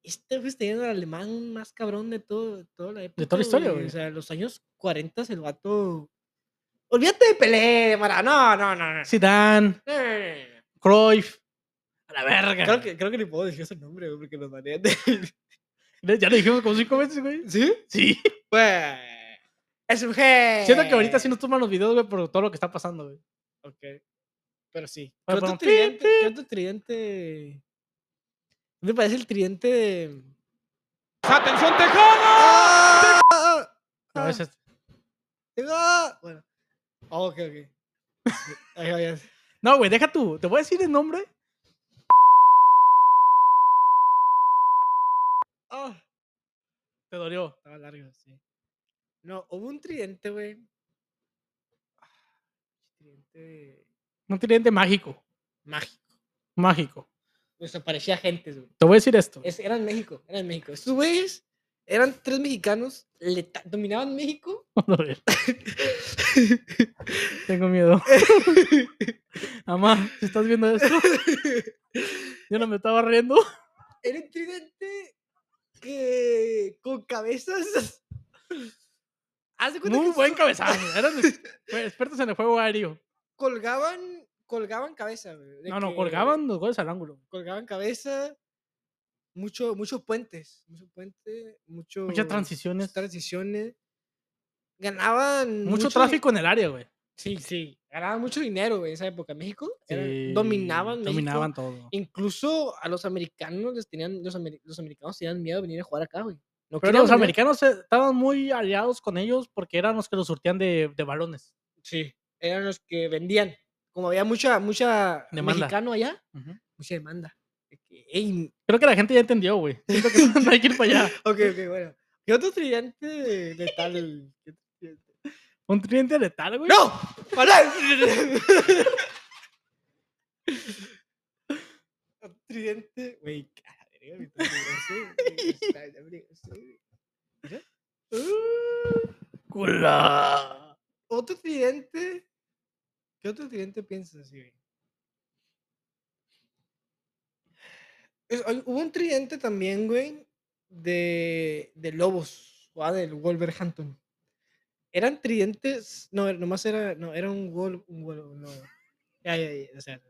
[SPEAKER 1] Este pues, tenía el alemán más cabrón de todo, de toda la época.
[SPEAKER 2] toda la historia,
[SPEAKER 1] O
[SPEAKER 2] güey.
[SPEAKER 1] sea, los años 40 el vato. Olvídate de Pelé, de Mara. No, no, no, no.
[SPEAKER 2] Zidane,
[SPEAKER 1] No, no, no, no, no.
[SPEAKER 2] Cruyff. A la verga.
[SPEAKER 1] Creo que, creo que ni puedo decir ese nombre, güey, porque nos manejan de...
[SPEAKER 2] Ya lo dijimos como cinco veces, güey.
[SPEAKER 1] ¿Sí?
[SPEAKER 2] Sí.
[SPEAKER 1] Pues... Es un gen.
[SPEAKER 2] Siento que ahorita sí nos toman los videos, güey, por todo lo que está pasando, güey.
[SPEAKER 1] Ok. Pero sí. ¿Qué
[SPEAKER 2] Bueno,
[SPEAKER 1] otro
[SPEAKER 2] perdón. Pi,
[SPEAKER 1] tridente? ¿Qué otro tridente? ¿No te parece el tridente de...
[SPEAKER 3] ¡Atención, Tejano!
[SPEAKER 1] ¡Ah!
[SPEAKER 2] No, ese es-
[SPEAKER 1] ¡Ah! Bueno. Oh, ok, ok. Sí, ahí va, ya.
[SPEAKER 2] No, güey, deja tú. Te voy a decir el nombre.
[SPEAKER 1] Ah,
[SPEAKER 2] Te dolió.
[SPEAKER 1] estaba largo, sí. No, hubo un tridente, güey. Ah, Tridente
[SPEAKER 2] Un tridente mágico.
[SPEAKER 1] mágico.
[SPEAKER 2] Mágico.
[SPEAKER 1] Desaparecía gente, güey.
[SPEAKER 2] Te voy a decir esto. güey.
[SPEAKER 1] Es- era en México, era en México. Estos güeyes eran tres mexicanos, leta- dominaban México.
[SPEAKER 2] A ver, Tengo miedo. Mamá, si estás viendo esto, yo no me estaba riendo.
[SPEAKER 1] era un tridente que con cabezas. Haz de cuenta
[SPEAKER 2] Muy
[SPEAKER 1] que
[SPEAKER 2] buen
[SPEAKER 1] su-
[SPEAKER 2] cabezazo. Eran ex- güey, expertos en el juego aéreo.
[SPEAKER 1] Colgaban, colgaban cabeza. güey, de
[SPEAKER 2] No, no,
[SPEAKER 1] que
[SPEAKER 2] colgaban los goles al ángulo.
[SPEAKER 1] Colgaban cabeza. Mucho, muchos puentes, mucho puente, mucho,
[SPEAKER 2] Muchas transiciones.
[SPEAKER 1] transiciones. Ganaban
[SPEAKER 2] Mucho
[SPEAKER 1] di-
[SPEAKER 2] tráfico en el área, güey.
[SPEAKER 1] Sí, sí. Ganaban mucho dinero güey, en esa época. México era-
[SPEAKER 2] Sí,
[SPEAKER 1] dominaban. México.
[SPEAKER 2] Dominaban todo.
[SPEAKER 1] Incluso a los americanos les tenían, los, ameri- los americanos tenían miedo de venir a jugar acá, güey. No
[SPEAKER 2] Pero
[SPEAKER 1] querían
[SPEAKER 2] los
[SPEAKER 1] venir.
[SPEAKER 2] americanos eh, estaban muy aliados con ellos porque eran los que los surtían de, de balones.
[SPEAKER 1] Sí. Eran los que vendían. Como había mucha, mucha
[SPEAKER 2] Demanda.
[SPEAKER 1] mexicano allá,
[SPEAKER 2] Ujú.
[SPEAKER 1] mucha demanda. De que, "Ey,
[SPEAKER 2] Creo que la gente ya entendió, güey. Siento que no hay que ir para allá.
[SPEAKER 1] ok, ok, bueno. ¿Qué otro tridente letal? ¿Qué otro tridente?
[SPEAKER 2] Un tridente letal, güey.
[SPEAKER 1] ¡No! ¡Para! Un tridente. Güey, cara, verga, me está abrigando, güey, me está abrigando, güey.
[SPEAKER 2] ¡Cula!
[SPEAKER 1] otro tridente. ¿Qué otro tridente piensas así, güey? Es- hay- hubo un tridente también, güey, de, de lobos, jugaba del Wolverhampton. Eran tridentes, no, era- nomás era, no, era un gol, un gol, no. Ya, ya, ya, o sea,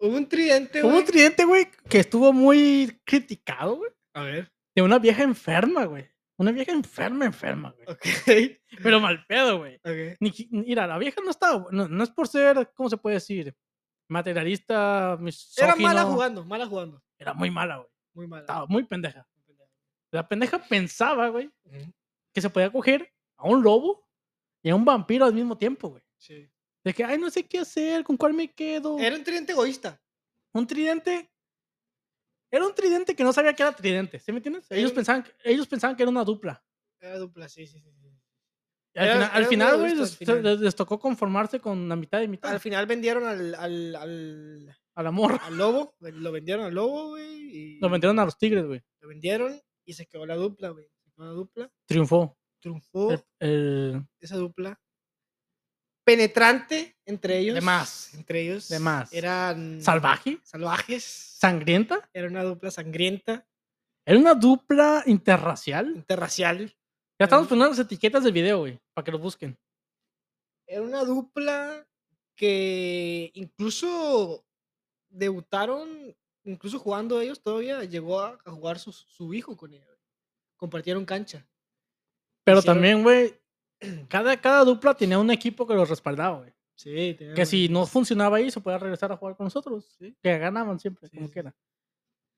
[SPEAKER 1] Hubo un tridente,
[SPEAKER 2] Hubo
[SPEAKER 1] güey.
[SPEAKER 2] un tridente, güey, que estuvo muy criticado, güey.
[SPEAKER 1] A ver.
[SPEAKER 2] De una vieja enferma, güey. Una vieja enferma, enferma, güey.
[SPEAKER 1] Ok.
[SPEAKER 2] Pero mal pedo, güey.
[SPEAKER 1] Ok.
[SPEAKER 2] Ni qui- Mira, la vieja no estaba. bu- No, no es por ser, ¿cómo se puede decir? Materialista, misógino.
[SPEAKER 1] Era mala jugando, mala jugando.
[SPEAKER 2] Era muy mala, güey.
[SPEAKER 1] Muy mala.
[SPEAKER 2] Estaba muy pendeja. La pendeja pensaba, güey,
[SPEAKER 1] Ujú,
[SPEAKER 2] que se podía coger a un lobo y a un vampiro al mismo tiempo, güey.
[SPEAKER 1] Sí.
[SPEAKER 2] De que, ay, no sé qué hacer, con cuál me quedo.
[SPEAKER 1] Era un tridente egoísta.
[SPEAKER 2] un tridente. Era un tridente que no sabía que era tridente, ¿sí me entiendes? Ellos
[SPEAKER 1] Era-
[SPEAKER 2] pensaban, que- ellos pensaban que era una dupla.
[SPEAKER 1] Era dupla, sí, sí, sí. sí.
[SPEAKER 2] Y Al,
[SPEAKER 1] Era-
[SPEAKER 2] final- al
[SPEAKER 1] era un
[SPEAKER 2] final, güey,
[SPEAKER 1] egoísta al
[SPEAKER 2] les,
[SPEAKER 1] final.
[SPEAKER 2] les- les tocó conformarse con la mitad y mitad.
[SPEAKER 1] Al final vendieron al, al, al,
[SPEAKER 2] A la morra.
[SPEAKER 1] al lobo. Lo vendieron al lobo, güey. y
[SPEAKER 2] Lo vendieron a los tigres, güey.
[SPEAKER 1] Lo vendieron y se quedó la dupla, güey. Se quedó la dupla.
[SPEAKER 2] Triunfó.
[SPEAKER 1] Triunfó
[SPEAKER 2] El- el-
[SPEAKER 1] esa dupla. Penetrante entre ellos.
[SPEAKER 2] más.
[SPEAKER 1] Entre ellos.
[SPEAKER 2] más.
[SPEAKER 1] Eran.
[SPEAKER 2] salvaje,
[SPEAKER 1] Salvajes.
[SPEAKER 2] sangrienta.
[SPEAKER 1] Era una dupla sangrienta,
[SPEAKER 2] Era una dupla interracial.
[SPEAKER 1] interracial.
[SPEAKER 2] Ya estamos
[SPEAKER 1] Ujú.
[SPEAKER 2] poniendo las etiquetas del video, güey, para que lo busquen.
[SPEAKER 1] Era una dupla que incluso debutaron, incluso jugando ellos todavía, llegó a, a jugar su, su hijo con ella. güey. Compartieron cancha.
[SPEAKER 2] Pero
[SPEAKER 1] Hicieron-
[SPEAKER 2] también, güey, cada, cada dupla tenía un equipo que los respaldaba, güey.
[SPEAKER 1] Sí,
[SPEAKER 2] Que si no funcionaba ahí, se podía regresar a jugar con nosotros. Que ganaban siempre,
[SPEAKER 1] Sí,
[SPEAKER 2] como
[SPEAKER 1] sí,
[SPEAKER 2] quiera.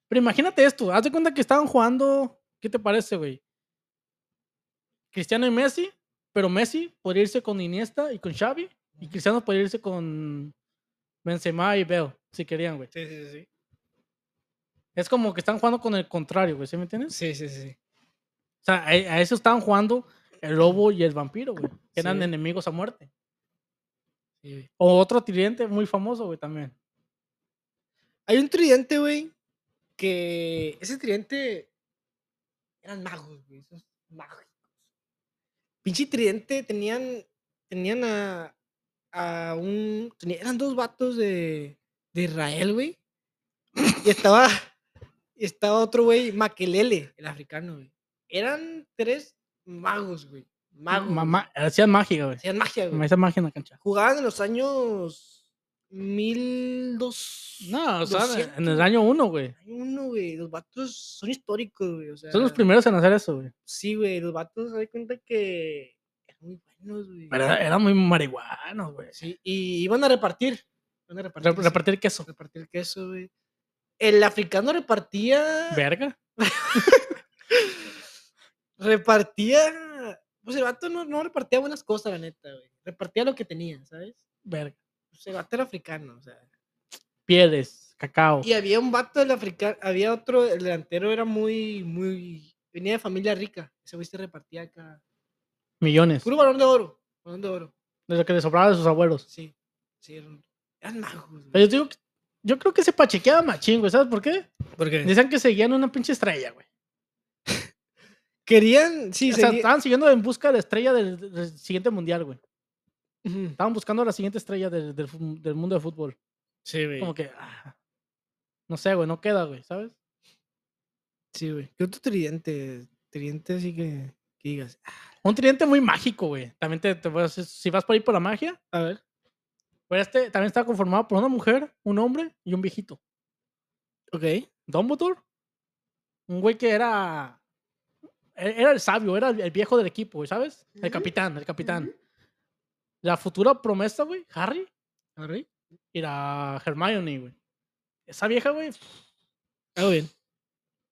[SPEAKER 2] Pero imagínate esto. Haz de cuenta que estaban jugando. ¿Qué te parece, güey? Cristiano y Messi. Pero Messi podría irse con Iniesta y con Xavi. Y
[SPEAKER 1] Ujú.
[SPEAKER 2] Cristiano podría irse con Benzema y Bale, si querían, güey.
[SPEAKER 1] Sí, sí, sí.
[SPEAKER 2] Es como que están jugando con el contrario, güey. ¿Sí me entiendes?
[SPEAKER 1] Sí, sí, sí.
[SPEAKER 2] O sea, a, a eso estaban jugando el lobo y el vampiro, güey. Que eran
[SPEAKER 1] Sí.
[SPEAKER 2] enemigos a muerte.
[SPEAKER 1] sí, güey.
[SPEAKER 2] O otro tridente muy famoso, güey, también.
[SPEAKER 1] Hay un tridente, güey, que ese tridente eran magos, güey, esos mágicos. Pinche tridente tenían tenían a a un tenía- eran dos vatos de de Israel, güey. Y estaba y estaba otro güey, Makelele, el africano, güey. Eran tres magos, güey. Magos. güey,
[SPEAKER 2] Mamá, hacían magia, güey.
[SPEAKER 1] Hacían magia, güey.
[SPEAKER 2] Hacían magia en la cancha.
[SPEAKER 1] Jugaban en los años 1200.
[SPEAKER 2] No, o sea, en- en
[SPEAKER 1] 200,
[SPEAKER 2] el año uno, güey.
[SPEAKER 1] hay uno, güey. Los vatos son históricos, güey. O sea,
[SPEAKER 2] Son los primeros en hacer eso, güey.
[SPEAKER 1] Sí, güey. Los vatos se dan cuenta que eran muy buenos, güey.
[SPEAKER 2] Pero era- eh, eran muy marihuanos, güey.
[SPEAKER 1] Sí, y iban a repartir. Iban a
[SPEAKER 2] Re-
[SPEAKER 1] repartir, sí,
[SPEAKER 2] repartir queso.
[SPEAKER 1] repartir queso, güey. El africano repartía.
[SPEAKER 2] Verga.
[SPEAKER 1] Repartía. Pues el vato no, no repartía buenas cosas, la neta, güey. Repartía lo que tenía, ¿sabes?
[SPEAKER 2] Verga.
[SPEAKER 1] Pues el vato era africano, o sea.
[SPEAKER 2] Pieles, cacao.
[SPEAKER 1] Y había un vato del africano, había otro, el delantero era muy, muy, venía de familia rica, ese güey se repartía acá.
[SPEAKER 2] Millones.
[SPEAKER 1] Puro balón de oro, balón de oro,
[SPEAKER 2] De lo que les sobraba de sus abuelos.
[SPEAKER 1] sí, sí, eran, eran magos.
[SPEAKER 2] Pero yo digo, que- yo creo que se pachequeaba machín, güey. ¿Sabes por qué?
[SPEAKER 1] Porque
[SPEAKER 2] Decían que seguían una pinche estrella, güey.
[SPEAKER 1] querían, sí,
[SPEAKER 2] O sea,
[SPEAKER 1] segui-
[SPEAKER 2] estaban siguiendo en busca de la estrella del, del siguiente mundial, güey.
[SPEAKER 1] Ujú.
[SPEAKER 2] Estaban buscando la siguiente estrella del, del fu- del mundo de fútbol.
[SPEAKER 1] sí, güey,
[SPEAKER 2] Como que. ah, no sé, güey. No queda, güey. ¿Sabes?
[SPEAKER 1] sí, güey. ¿Qué otro tridente, tridente así que, que digas?
[SPEAKER 2] Un tridente muy mágico, güey. También te, te vas- si vas por ahí por la magia,
[SPEAKER 1] "Ah, A ver,
[SPEAKER 2] Pero este también estaba conformado por una mujer, un hombre y un viejito.
[SPEAKER 1] ok,
[SPEAKER 2] Dumbledore, un güey que era. e- Era el sabio, era el el viejo del equipo, güey, ¿sabes? El
[SPEAKER 1] Ujú,
[SPEAKER 2] capitán, el capitán.
[SPEAKER 1] ujú.
[SPEAKER 2] La futura promesa, güey, Harry
[SPEAKER 1] a ver,
[SPEAKER 2] y la Hermione, güey. Esa vieja, güey,
[SPEAKER 1] algo bien,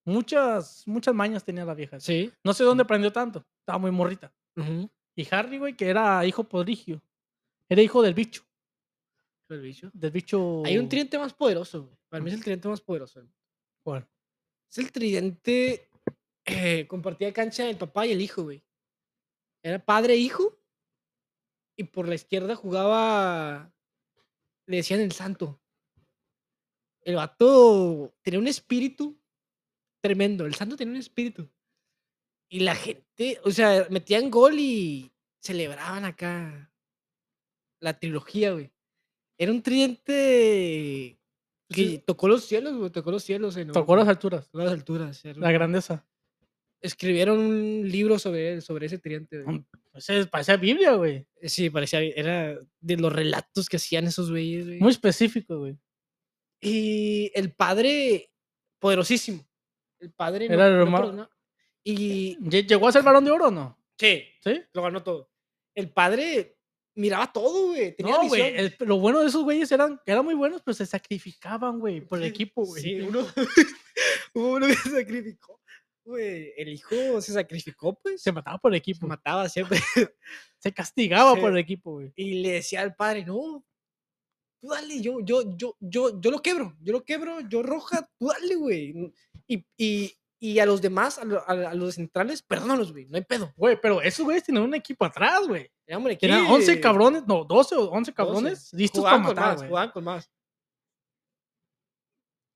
[SPEAKER 2] muchas, muchas mañas tenía la vieja.
[SPEAKER 1] sí,
[SPEAKER 2] No sé dónde aprendió tanto, estaba muy morrita.
[SPEAKER 1] ujú,
[SPEAKER 2] Y Harry, güey, que era hijo prodigio. Era hijo del bicho,
[SPEAKER 1] el bicho.
[SPEAKER 2] del bicho.
[SPEAKER 1] Hay un tridente más poderoso, güey. para mí es el tridente más poderoso,
[SPEAKER 2] ¿Cuál?
[SPEAKER 1] Es el tridente. eh, compartía cancha el papá y el hijo, güey. Era padre e hijo. Y por la izquierda jugaba. Le decían el santo. El vato tenía un espíritu tremendo. El santo tenía un espíritu. Y la gente, o sea, metían gol y celebraban acá la trilogía, güey. Era un tridente que
[SPEAKER 2] Sí.
[SPEAKER 1] tocó los cielos, güey. Tocó los cielos. En
[SPEAKER 2] Pues Tocó las
[SPEAKER 1] Europa
[SPEAKER 2] alturas,
[SPEAKER 1] las alturas. era
[SPEAKER 2] la
[SPEAKER 1] un-
[SPEAKER 2] grandeza.
[SPEAKER 1] Escribieron un libro sobre él, sobre ese tridente. güey.
[SPEAKER 2] Un- Ese parecía Biblia, güey.
[SPEAKER 1] Sí, parecía, era de los relatos que hacían esos güeyes, güey.
[SPEAKER 2] Muy específico, güey.
[SPEAKER 1] Y el padre, poderosísimo. El padre no-
[SPEAKER 2] Era el
[SPEAKER 1] no
[SPEAKER 2] hermano-
[SPEAKER 1] perdonaba. Y
[SPEAKER 2] ¿Lle- ¿Llegó a ser varón de oro o no?
[SPEAKER 1] sí,
[SPEAKER 2] ¿Sí?
[SPEAKER 1] lo ganó todo. El padre miraba todo, güey. Tenía
[SPEAKER 2] No, güey.
[SPEAKER 1] visión.
[SPEAKER 2] el- Lo bueno de esos güeyes eran, eran muy buenos, pero se sacrificaban, güey, por el
[SPEAKER 1] Sí,
[SPEAKER 2] equipo, güey.
[SPEAKER 1] Sí, uno, hubo uno que se sacrificó. Güey, el hijo se sacrificó, pues.
[SPEAKER 2] Se
[SPEAKER 1] Se
[SPEAKER 2] mataba por el equipo.
[SPEAKER 1] mataba siempre.
[SPEAKER 2] Se castigaba
[SPEAKER 1] Sí.
[SPEAKER 2] por el equipo, güey.
[SPEAKER 1] Y le decía al padre, no, tú dale, yo, yo, yo, yo, yo lo quebro, yo lo quebro, yo roja, tú dale, güey. N- Y, y, y a los demás, a, lo- a, a los centrales, perdónalos, güey, no hay pedo.
[SPEAKER 2] Güey, pero esos güeyes tenían un equipo atrás, güey.
[SPEAKER 1] Tenían un
[SPEAKER 2] Tenían 11
[SPEAKER 1] equipo,
[SPEAKER 2] cabrones, no, 12 o 11 cabrones
[SPEAKER 1] 12.
[SPEAKER 2] listos para
[SPEAKER 1] Jugaban con
[SPEAKER 2] matar,
[SPEAKER 1] más,
[SPEAKER 2] güey.
[SPEAKER 1] jugaban con más.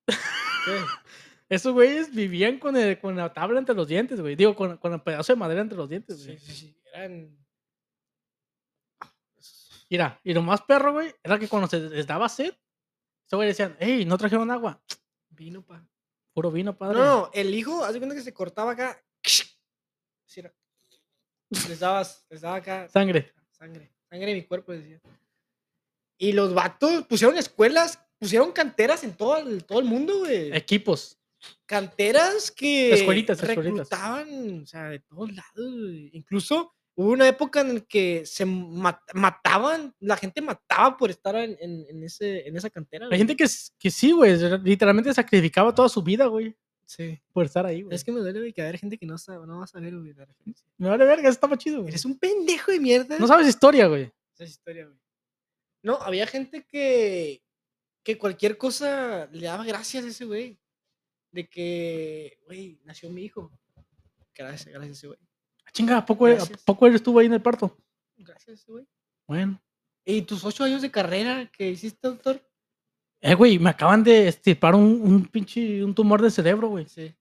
[SPEAKER 1] ¿Qué?
[SPEAKER 2] Esos güeyes vivían con, el- con la tabla entre los dientes, güey. Digo, con, con el pedazo de madera entre los dientes,
[SPEAKER 1] Sí,
[SPEAKER 2] güey.
[SPEAKER 1] sí, sí, eran...
[SPEAKER 2] Mira, y lo más perro, güey, era que cuando se les daba sed, esos güeyes decían, hey, no trajeron agua.
[SPEAKER 1] Vino, pa.
[SPEAKER 2] Puro vino,
[SPEAKER 1] No,
[SPEAKER 2] padre.
[SPEAKER 1] no, el hijo, hace cuenta que se cortaba acá. Así era. Les dabas, les daba acá.
[SPEAKER 2] Sangre.
[SPEAKER 1] sangre, sangre de mi cuerpo, decía. Y los vatos pusieron escuelas, pusieron canteras en todo el, todo el mundo, güey.
[SPEAKER 2] Equipos.
[SPEAKER 1] Canteras que
[SPEAKER 2] Escuelitas, escuelitas.
[SPEAKER 1] reclutaban, o sea, de todos lados. güey. Incluso hubo una época en la que se ma- mataban, la gente mataba por estar en, en- en ese, en esa cantera.
[SPEAKER 2] Hay
[SPEAKER 1] güey.
[SPEAKER 2] gente que, s- que sí, güey, se- literalmente sacrificaba toda su vida, güey,
[SPEAKER 1] Sí.
[SPEAKER 2] por estar ahí, güey.
[SPEAKER 1] Es que me duele, güey, que haber gente que no, sabe, no va a saber, güey, la referencia.
[SPEAKER 2] Me vale verga, eso estaba chido, güey.
[SPEAKER 1] Eres un pendejo de mierda.
[SPEAKER 2] No sabes historia, güey.
[SPEAKER 1] Esa es historia, güey. No, había gente que, que cualquier cosa le daba gracias a ese güey. De que, güey, nació mi hijo. Gracias, gracias a ese güey.
[SPEAKER 2] Ah, Chinga, ¿a poco, ¿a
[SPEAKER 1] Gracias.
[SPEAKER 2] poco él estuvo ahí en el parto?
[SPEAKER 1] Gracias a ese güey.
[SPEAKER 2] Bueno.
[SPEAKER 1] ¿Y tus ocho años de carrera que hiciste, doctor?
[SPEAKER 2] Eh, güey, me acaban de estirpar un, un pinche, un tumor de cerebro, güey.
[SPEAKER 1] Sí.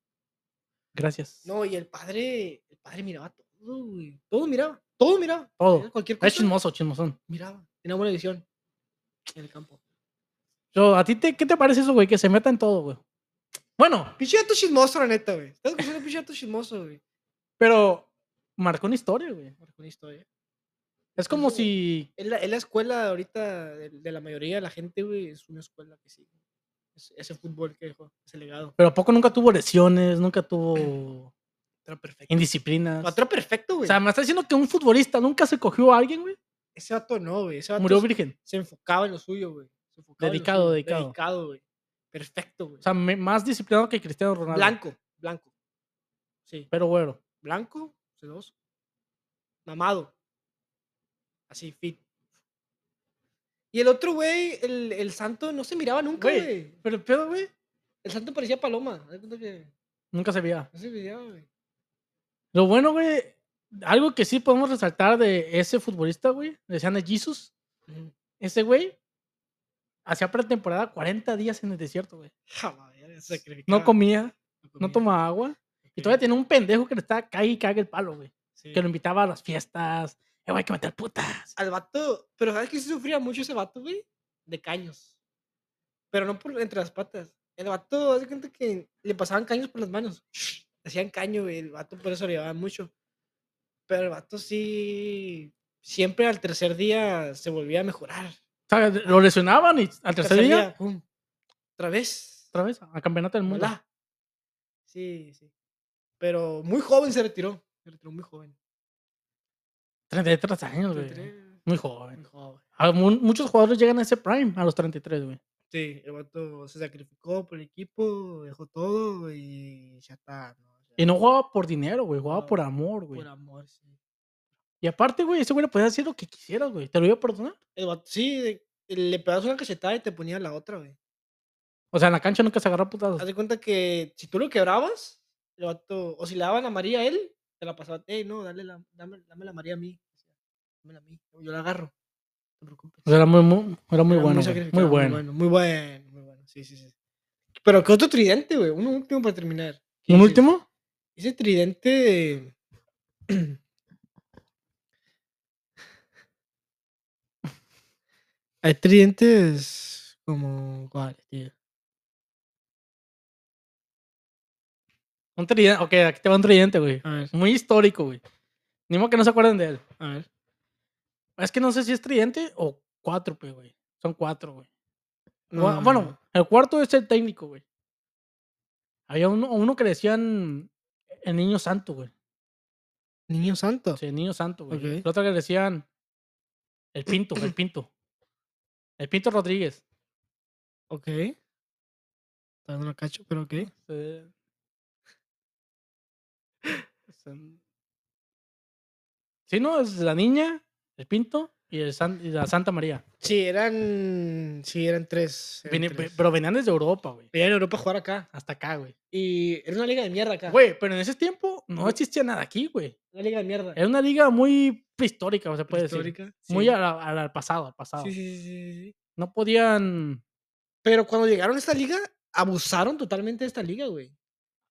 [SPEAKER 2] Gracias.
[SPEAKER 1] No, y el padre, el padre miraba todo, güey. Todo miraba, todo miraba.
[SPEAKER 2] Todo.
[SPEAKER 1] Cualquier
[SPEAKER 2] Es
[SPEAKER 1] cosa
[SPEAKER 2] chismoso, chismosón.
[SPEAKER 1] miraba. Tenía buena visión en el campo.
[SPEAKER 2] Yo, ¿a ti te, qué te parece eso, güey? Que se meta en todo, güey. Bueno,
[SPEAKER 1] Pinche dato chismoso, la neta, güey. Estás escuchando pinche dato chismoso, güey.
[SPEAKER 2] pero marcó una historia, güey.
[SPEAKER 1] Marcó una historia.
[SPEAKER 2] Es como
[SPEAKER 1] Eso-
[SPEAKER 2] si...
[SPEAKER 1] Es la, es la escuela ahorita de, de la mayoría de la gente, güey, es una escuela que sigue. Es- ese fútbol que dejó, ese legado.
[SPEAKER 2] Pero ¿a poco nunca tuvo lesiones, nunca tuvo
[SPEAKER 1] Patrón perfecto.
[SPEAKER 2] indisciplinas.
[SPEAKER 1] Lo atrapa perfecto,
[SPEAKER 2] O
[SPEAKER 1] güey.
[SPEAKER 2] sea, me está diciendo que un futbolista nunca se cogió a alguien, güey.
[SPEAKER 1] ese vato no, güey. Ese vato
[SPEAKER 2] Murió
[SPEAKER 1] se,
[SPEAKER 2] virgen.
[SPEAKER 1] se enfocaba en lo suyo, güey. Se enfocaba en lo
[SPEAKER 2] Dedicado,
[SPEAKER 1] suyo,
[SPEAKER 2] dedicado.
[SPEAKER 1] Dedicado, güey. Perfecto, güey.
[SPEAKER 2] O sea, me- más disciplinado que Cristiano Ronaldo.
[SPEAKER 1] blanco, blanco. Sí,
[SPEAKER 2] Pero bueno.
[SPEAKER 1] blanco, sedoso. Mamado. Así, fit. Y el otro, güey, el, el santo no se miraba nunca,
[SPEAKER 2] Güey.
[SPEAKER 1] güey.
[SPEAKER 2] Pero el pedo, güey,
[SPEAKER 1] El santo parecía paloma. haz de cuenta que
[SPEAKER 2] nunca se veía.
[SPEAKER 1] No se miraba, güey.
[SPEAKER 2] Lo bueno, güey, algo que sí podemos resaltar de ese futbolista, güey, decían de Jesus,
[SPEAKER 1] Ujú.
[SPEAKER 2] ese güey hacía pretemporada 40 días en el desierto, güey.
[SPEAKER 1] Jala, ya se
[SPEAKER 2] No
[SPEAKER 1] sacrificaba,
[SPEAKER 2] comía, no
[SPEAKER 1] comía.
[SPEAKER 2] tomaba agua. Y todavía
[SPEAKER 1] Ok,
[SPEAKER 2] tenía un pendejo que le estaba cague y cague el palo, güey.
[SPEAKER 1] sí.
[SPEAKER 2] Que lo invitaba a las fiestas. Eh, güey, hay que meter putas.
[SPEAKER 1] Al vato, pero ¿sabes que sí sufría mucho ese vato, güey? De caños. Pero no por entre las patas. El vato, hace cuenta que le pasaban caños por las manos. Hacían caño, güey. El vato por eso le llevaban mucho. Pero el vato sí. Siempre al tercer día se volvía a mejorar.
[SPEAKER 2] O sea, lo lesionaban y al tercer día,
[SPEAKER 1] pum, Otra vez.
[SPEAKER 2] otra vez, a campeonato del mundo.
[SPEAKER 1] Hola. Sí, sí. Pero muy joven se retiró. Se retiró muy joven.
[SPEAKER 2] 33 años, güey.
[SPEAKER 1] 33,
[SPEAKER 2] Muy
[SPEAKER 1] Muy
[SPEAKER 2] joven.
[SPEAKER 1] joven.
[SPEAKER 2] A mu- muchos jugadores llegan a ese prime a los 33, güey.
[SPEAKER 1] Sí, el vato se sacrificó por el equipo, dejó todo y ya está. ¿no? O sea,
[SPEAKER 2] Y no jugaba por dinero, güey. Jugaba
[SPEAKER 1] No,
[SPEAKER 2] por amor, güey.
[SPEAKER 1] por amor, sí.
[SPEAKER 2] Y aparte, güey, ese güey le podía hacer lo que quisieras, güey. Te lo iba a perdonar.
[SPEAKER 1] El vato, sí, de- le pegabas una cachetada y te ponía la otra, güey.
[SPEAKER 2] O sea, en la cancha nunca se agarró a putazos.
[SPEAKER 1] Haz de cuenta que si tú lo quebrabas, el vato, o si le daban a María a él, te la pasaba, hey, no, dale la, dame, dame la María a mí. Dámela a mí, yo la agarro. No te preocupes.
[SPEAKER 2] O sea, era muy, muy- era muy
[SPEAKER 1] Era
[SPEAKER 2] bueno, güey,
[SPEAKER 1] sacrificado,
[SPEAKER 2] muy bueno.
[SPEAKER 1] Muy bueno, muy bueno. Sí, sí, sí. Pero qué otro tridente, güey. Un último para terminar. ¿Qué
[SPEAKER 2] ¿Un
[SPEAKER 1] dices?
[SPEAKER 2] último?
[SPEAKER 1] Ese tridente. Hay tridentes como. ¿Cuáles, tío?
[SPEAKER 2] Un tridente. Ok, aquí te va un tridente, güey.
[SPEAKER 1] A ver,
[SPEAKER 2] Muy histórico, güey. Ni modo que no se acuerden de él.
[SPEAKER 1] a ver.
[SPEAKER 2] Es que no sé si es tridente o cuatro, güey. Son cuatro, güey. Gua- Bueno, el cuarto es el técnico, güey. Había uno, uno que le decían el niño santo, güey.
[SPEAKER 1] Niño Santo.
[SPEAKER 2] Sí, el niño santo, güey.
[SPEAKER 1] Ok.
[SPEAKER 2] El otro que le decían el pinto, el pinto. El pinto Rodríguez.
[SPEAKER 1] Ok. Todavía no lo cacho, pero ok.
[SPEAKER 2] Eh, es, em, Sí, no, es la niña, el pinto y, el san- y la Santa María.
[SPEAKER 1] Sí, eran. Sí, eran tres. eran
[SPEAKER 2] Veni- ve-
[SPEAKER 1] tres.
[SPEAKER 2] pero venían desde Europa, güey.
[SPEAKER 1] Venían a Europa a jugar acá.
[SPEAKER 2] Hasta acá, güey.
[SPEAKER 1] Y era una liga de mierda acá.
[SPEAKER 2] Güey, pero en ese tiempo no existía nada aquí, güey.
[SPEAKER 1] Una liga de mierda.
[SPEAKER 2] Era una liga muy prehistórica, o se puede decir.
[SPEAKER 1] Histórica.
[SPEAKER 2] Muy al, al- al pasado, al pasado.
[SPEAKER 1] Sí, sí, sí, sí, sí.
[SPEAKER 2] No podían.
[SPEAKER 1] Pero cuando llegaron a esta liga, abusaron totalmente de esta liga, güey.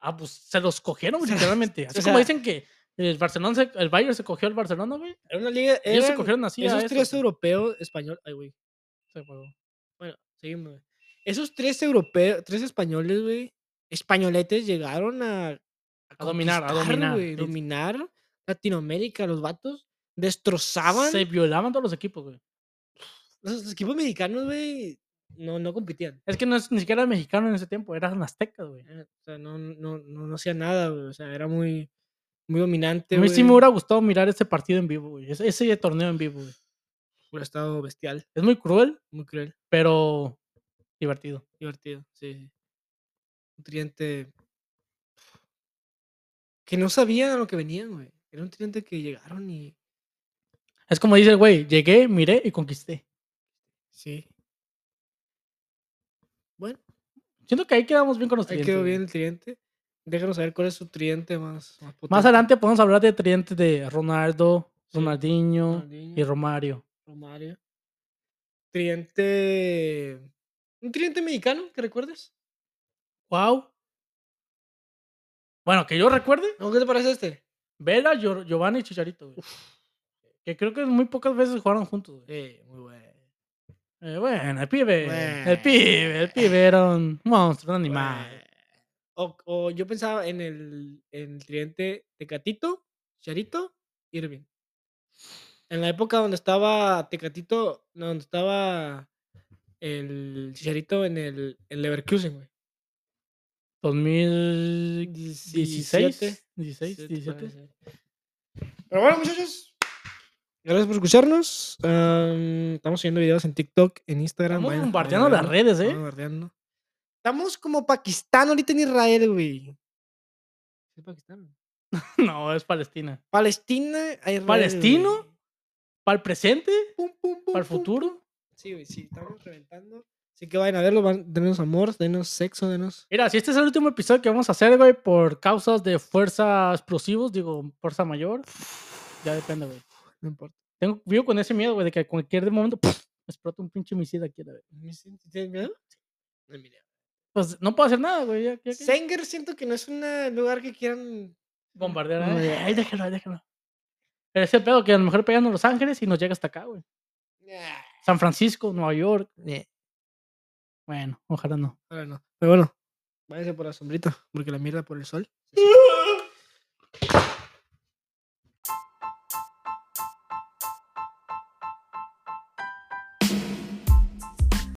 [SPEAKER 2] ah, pues, se los cogieron,
[SPEAKER 1] O sea,
[SPEAKER 2] literalmente. Así
[SPEAKER 1] o
[SPEAKER 2] como
[SPEAKER 1] sea-
[SPEAKER 2] dicen que el Barcelona, se- el Bayern se cogió al Barcelona, güey.
[SPEAKER 1] Era una liga.
[SPEAKER 2] Ellos se
[SPEAKER 1] eran
[SPEAKER 2] cogieron así. a
[SPEAKER 1] esos
[SPEAKER 2] eso,
[SPEAKER 1] tres
[SPEAKER 2] güey.
[SPEAKER 1] europeos, español. Ay, güey.
[SPEAKER 2] Se fue.
[SPEAKER 1] Bueno, seguimos. güey. Esos tres europeos, tres españoles, güey, españoletes llegaron a,
[SPEAKER 2] A dominar, a
[SPEAKER 1] conquistar,
[SPEAKER 2] dominar,
[SPEAKER 1] güey,
[SPEAKER 2] sí.
[SPEAKER 1] dominar Latinoamérica, los vatos destrozaban.
[SPEAKER 2] Se violaban todos los equipos, güey.
[SPEAKER 1] Los, los equipos mexicanos, güey, no, no competían.
[SPEAKER 2] Es que no es, ni siquiera era mexicano en ese tiempo, eran aztecas, güey.
[SPEAKER 1] eh, O sea, no, no, no, no hacía nada, güey. O sea, era muy, muy dominante.
[SPEAKER 2] A mí sí me
[SPEAKER 1] güey,
[SPEAKER 2] hubiera gustado mirar ese partido en vivo, güey. Ese, ese torneo en vivo, güey.
[SPEAKER 1] hubiera estado bestial,
[SPEAKER 2] Es muy cruel,
[SPEAKER 1] muy cruel,
[SPEAKER 2] pero divertido.
[SPEAKER 1] divertido, sí. sí. Un tridente que no sabían a lo que venían, güey. Era un tridente que llegaron y.
[SPEAKER 2] Es como dice el güey, llegué, miré y conquisté.
[SPEAKER 1] Sí. Bueno,
[SPEAKER 2] Siento que ahí quedamos bien con los
[SPEAKER 1] ahí
[SPEAKER 2] tridentes.
[SPEAKER 1] quedó
[SPEAKER 2] güey.
[SPEAKER 1] bien el tridente. Déjanos saber cuál es su tridente más Más,
[SPEAKER 2] Más
[SPEAKER 1] potente.
[SPEAKER 2] adelante podemos hablar de tridentes de Ronaldo,
[SPEAKER 1] Sí,
[SPEAKER 2] Ronaldinho y
[SPEAKER 1] Ronaldinho,
[SPEAKER 2] Romario.
[SPEAKER 1] Romario. Tridente. ¿Un tridente mexicano que recuerdes?
[SPEAKER 2] Wow. Bueno, que yo recuerde,
[SPEAKER 1] ¿No? ¿Qué te parece este?
[SPEAKER 2] Vela, Gior- Giovanni y Chicharito, güey. Que creo que muy pocas veces jugaron juntos, güey.
[SPEAKER 1] Sí, muy bueno.
[SPEAKER 2] Eh, bueno, el pibe. El
[SPEAKER 1] Bueno.
[SPEAKER 2] pibe, el pibe era un monstruo, un animal.
[SPEAKER 1] Pues, O, o yo pensaba en el, en el tridente Tecatito, Charito, Irving. En la época donde estaba Tecatito, no, donde estaba el Chicharito en el en Leverkusen, güey.
[SPEAKER 2] 2016,
[SPEAKER 1] 17,
[SPEAKER 2] 16, 17.
[SPEAKER 1] 17. Pero bueno, muchachos. Gracias por escucharnos. Am, estamos subiendo videos en TikTok, en Instagram.
[SPEAKER 2] Estamos
[SPEAKER 1] vayan a
[SPEAKER 2] bombardeando las
[SPEAKER 1] verlo,
[SPEAKER 2] redes,
[SPEAKER 1] estamos
[SPEAKER 2] ¿eh?
[SPEAKER 1] bombardeando. Estamos como Pakistán ahorita en Israel, güey. ¿Es Pakistán?
[SPEAKER 2] No, es Palestina.
[SPEAKER 1] Palestina a Israel.
[SPEAKER 2] ¿Palestino?
[SPEAKER 1] güey.
[SPEAKER 2] ¿Para el presente?
[SPEAKER 1] Pum, pum, pum,
[SPEAKER 2] ¿Para el
[SPEAKER 1] pum, pum.
[SPEAKER 2] futuro?
[SPEAKER 1] Sí, güey, sí, estamos reventando. Así que vayan a verlo, van, denos amor, denos sexo, denos.
[SPEAKER 2] Mira, si este es el último episodio que vamos a hacer, güey, por causas de fuerza explosivos, digo, fuerza mayor, ya depende, güey.
[SPEAKER 1] No importa.
[SPEAKER 2] Tengo, vivo con ese miedo, güey, de que a cualquier momento explota un pinche misil aquí a la vez.
[SPEAKER 1] ¿Tienes miedo? No, mira.
[SPEAKER 2] Pues no puedo hacer nada, güey. Ya, ya que-
[SPEAKER 1] Senger siento que no es un lugar que quieran.
[SPEAKER 2] Bombardear.
[SPEAKER 1] No,
[SPEAKER 2] ay,
[SPEAKER 1] ya.
[SPEAKER 2] ay, déjalo, ay, déjalo. Pero ese pedo que a lo mejor pegan a Los Ángeles y nos llega hasta acá, güey.
[SPEAKER 1] Ah,
[SPEAKER 2] San Francisco, Nueva York.
[SPEAKER 1] eh,
[SPEAKER 2] Bueno, ojalá no.
[SPEAKER 1] Ahora no. Pero bueno, váyanse por la sombrita, porque la mierda por el sol.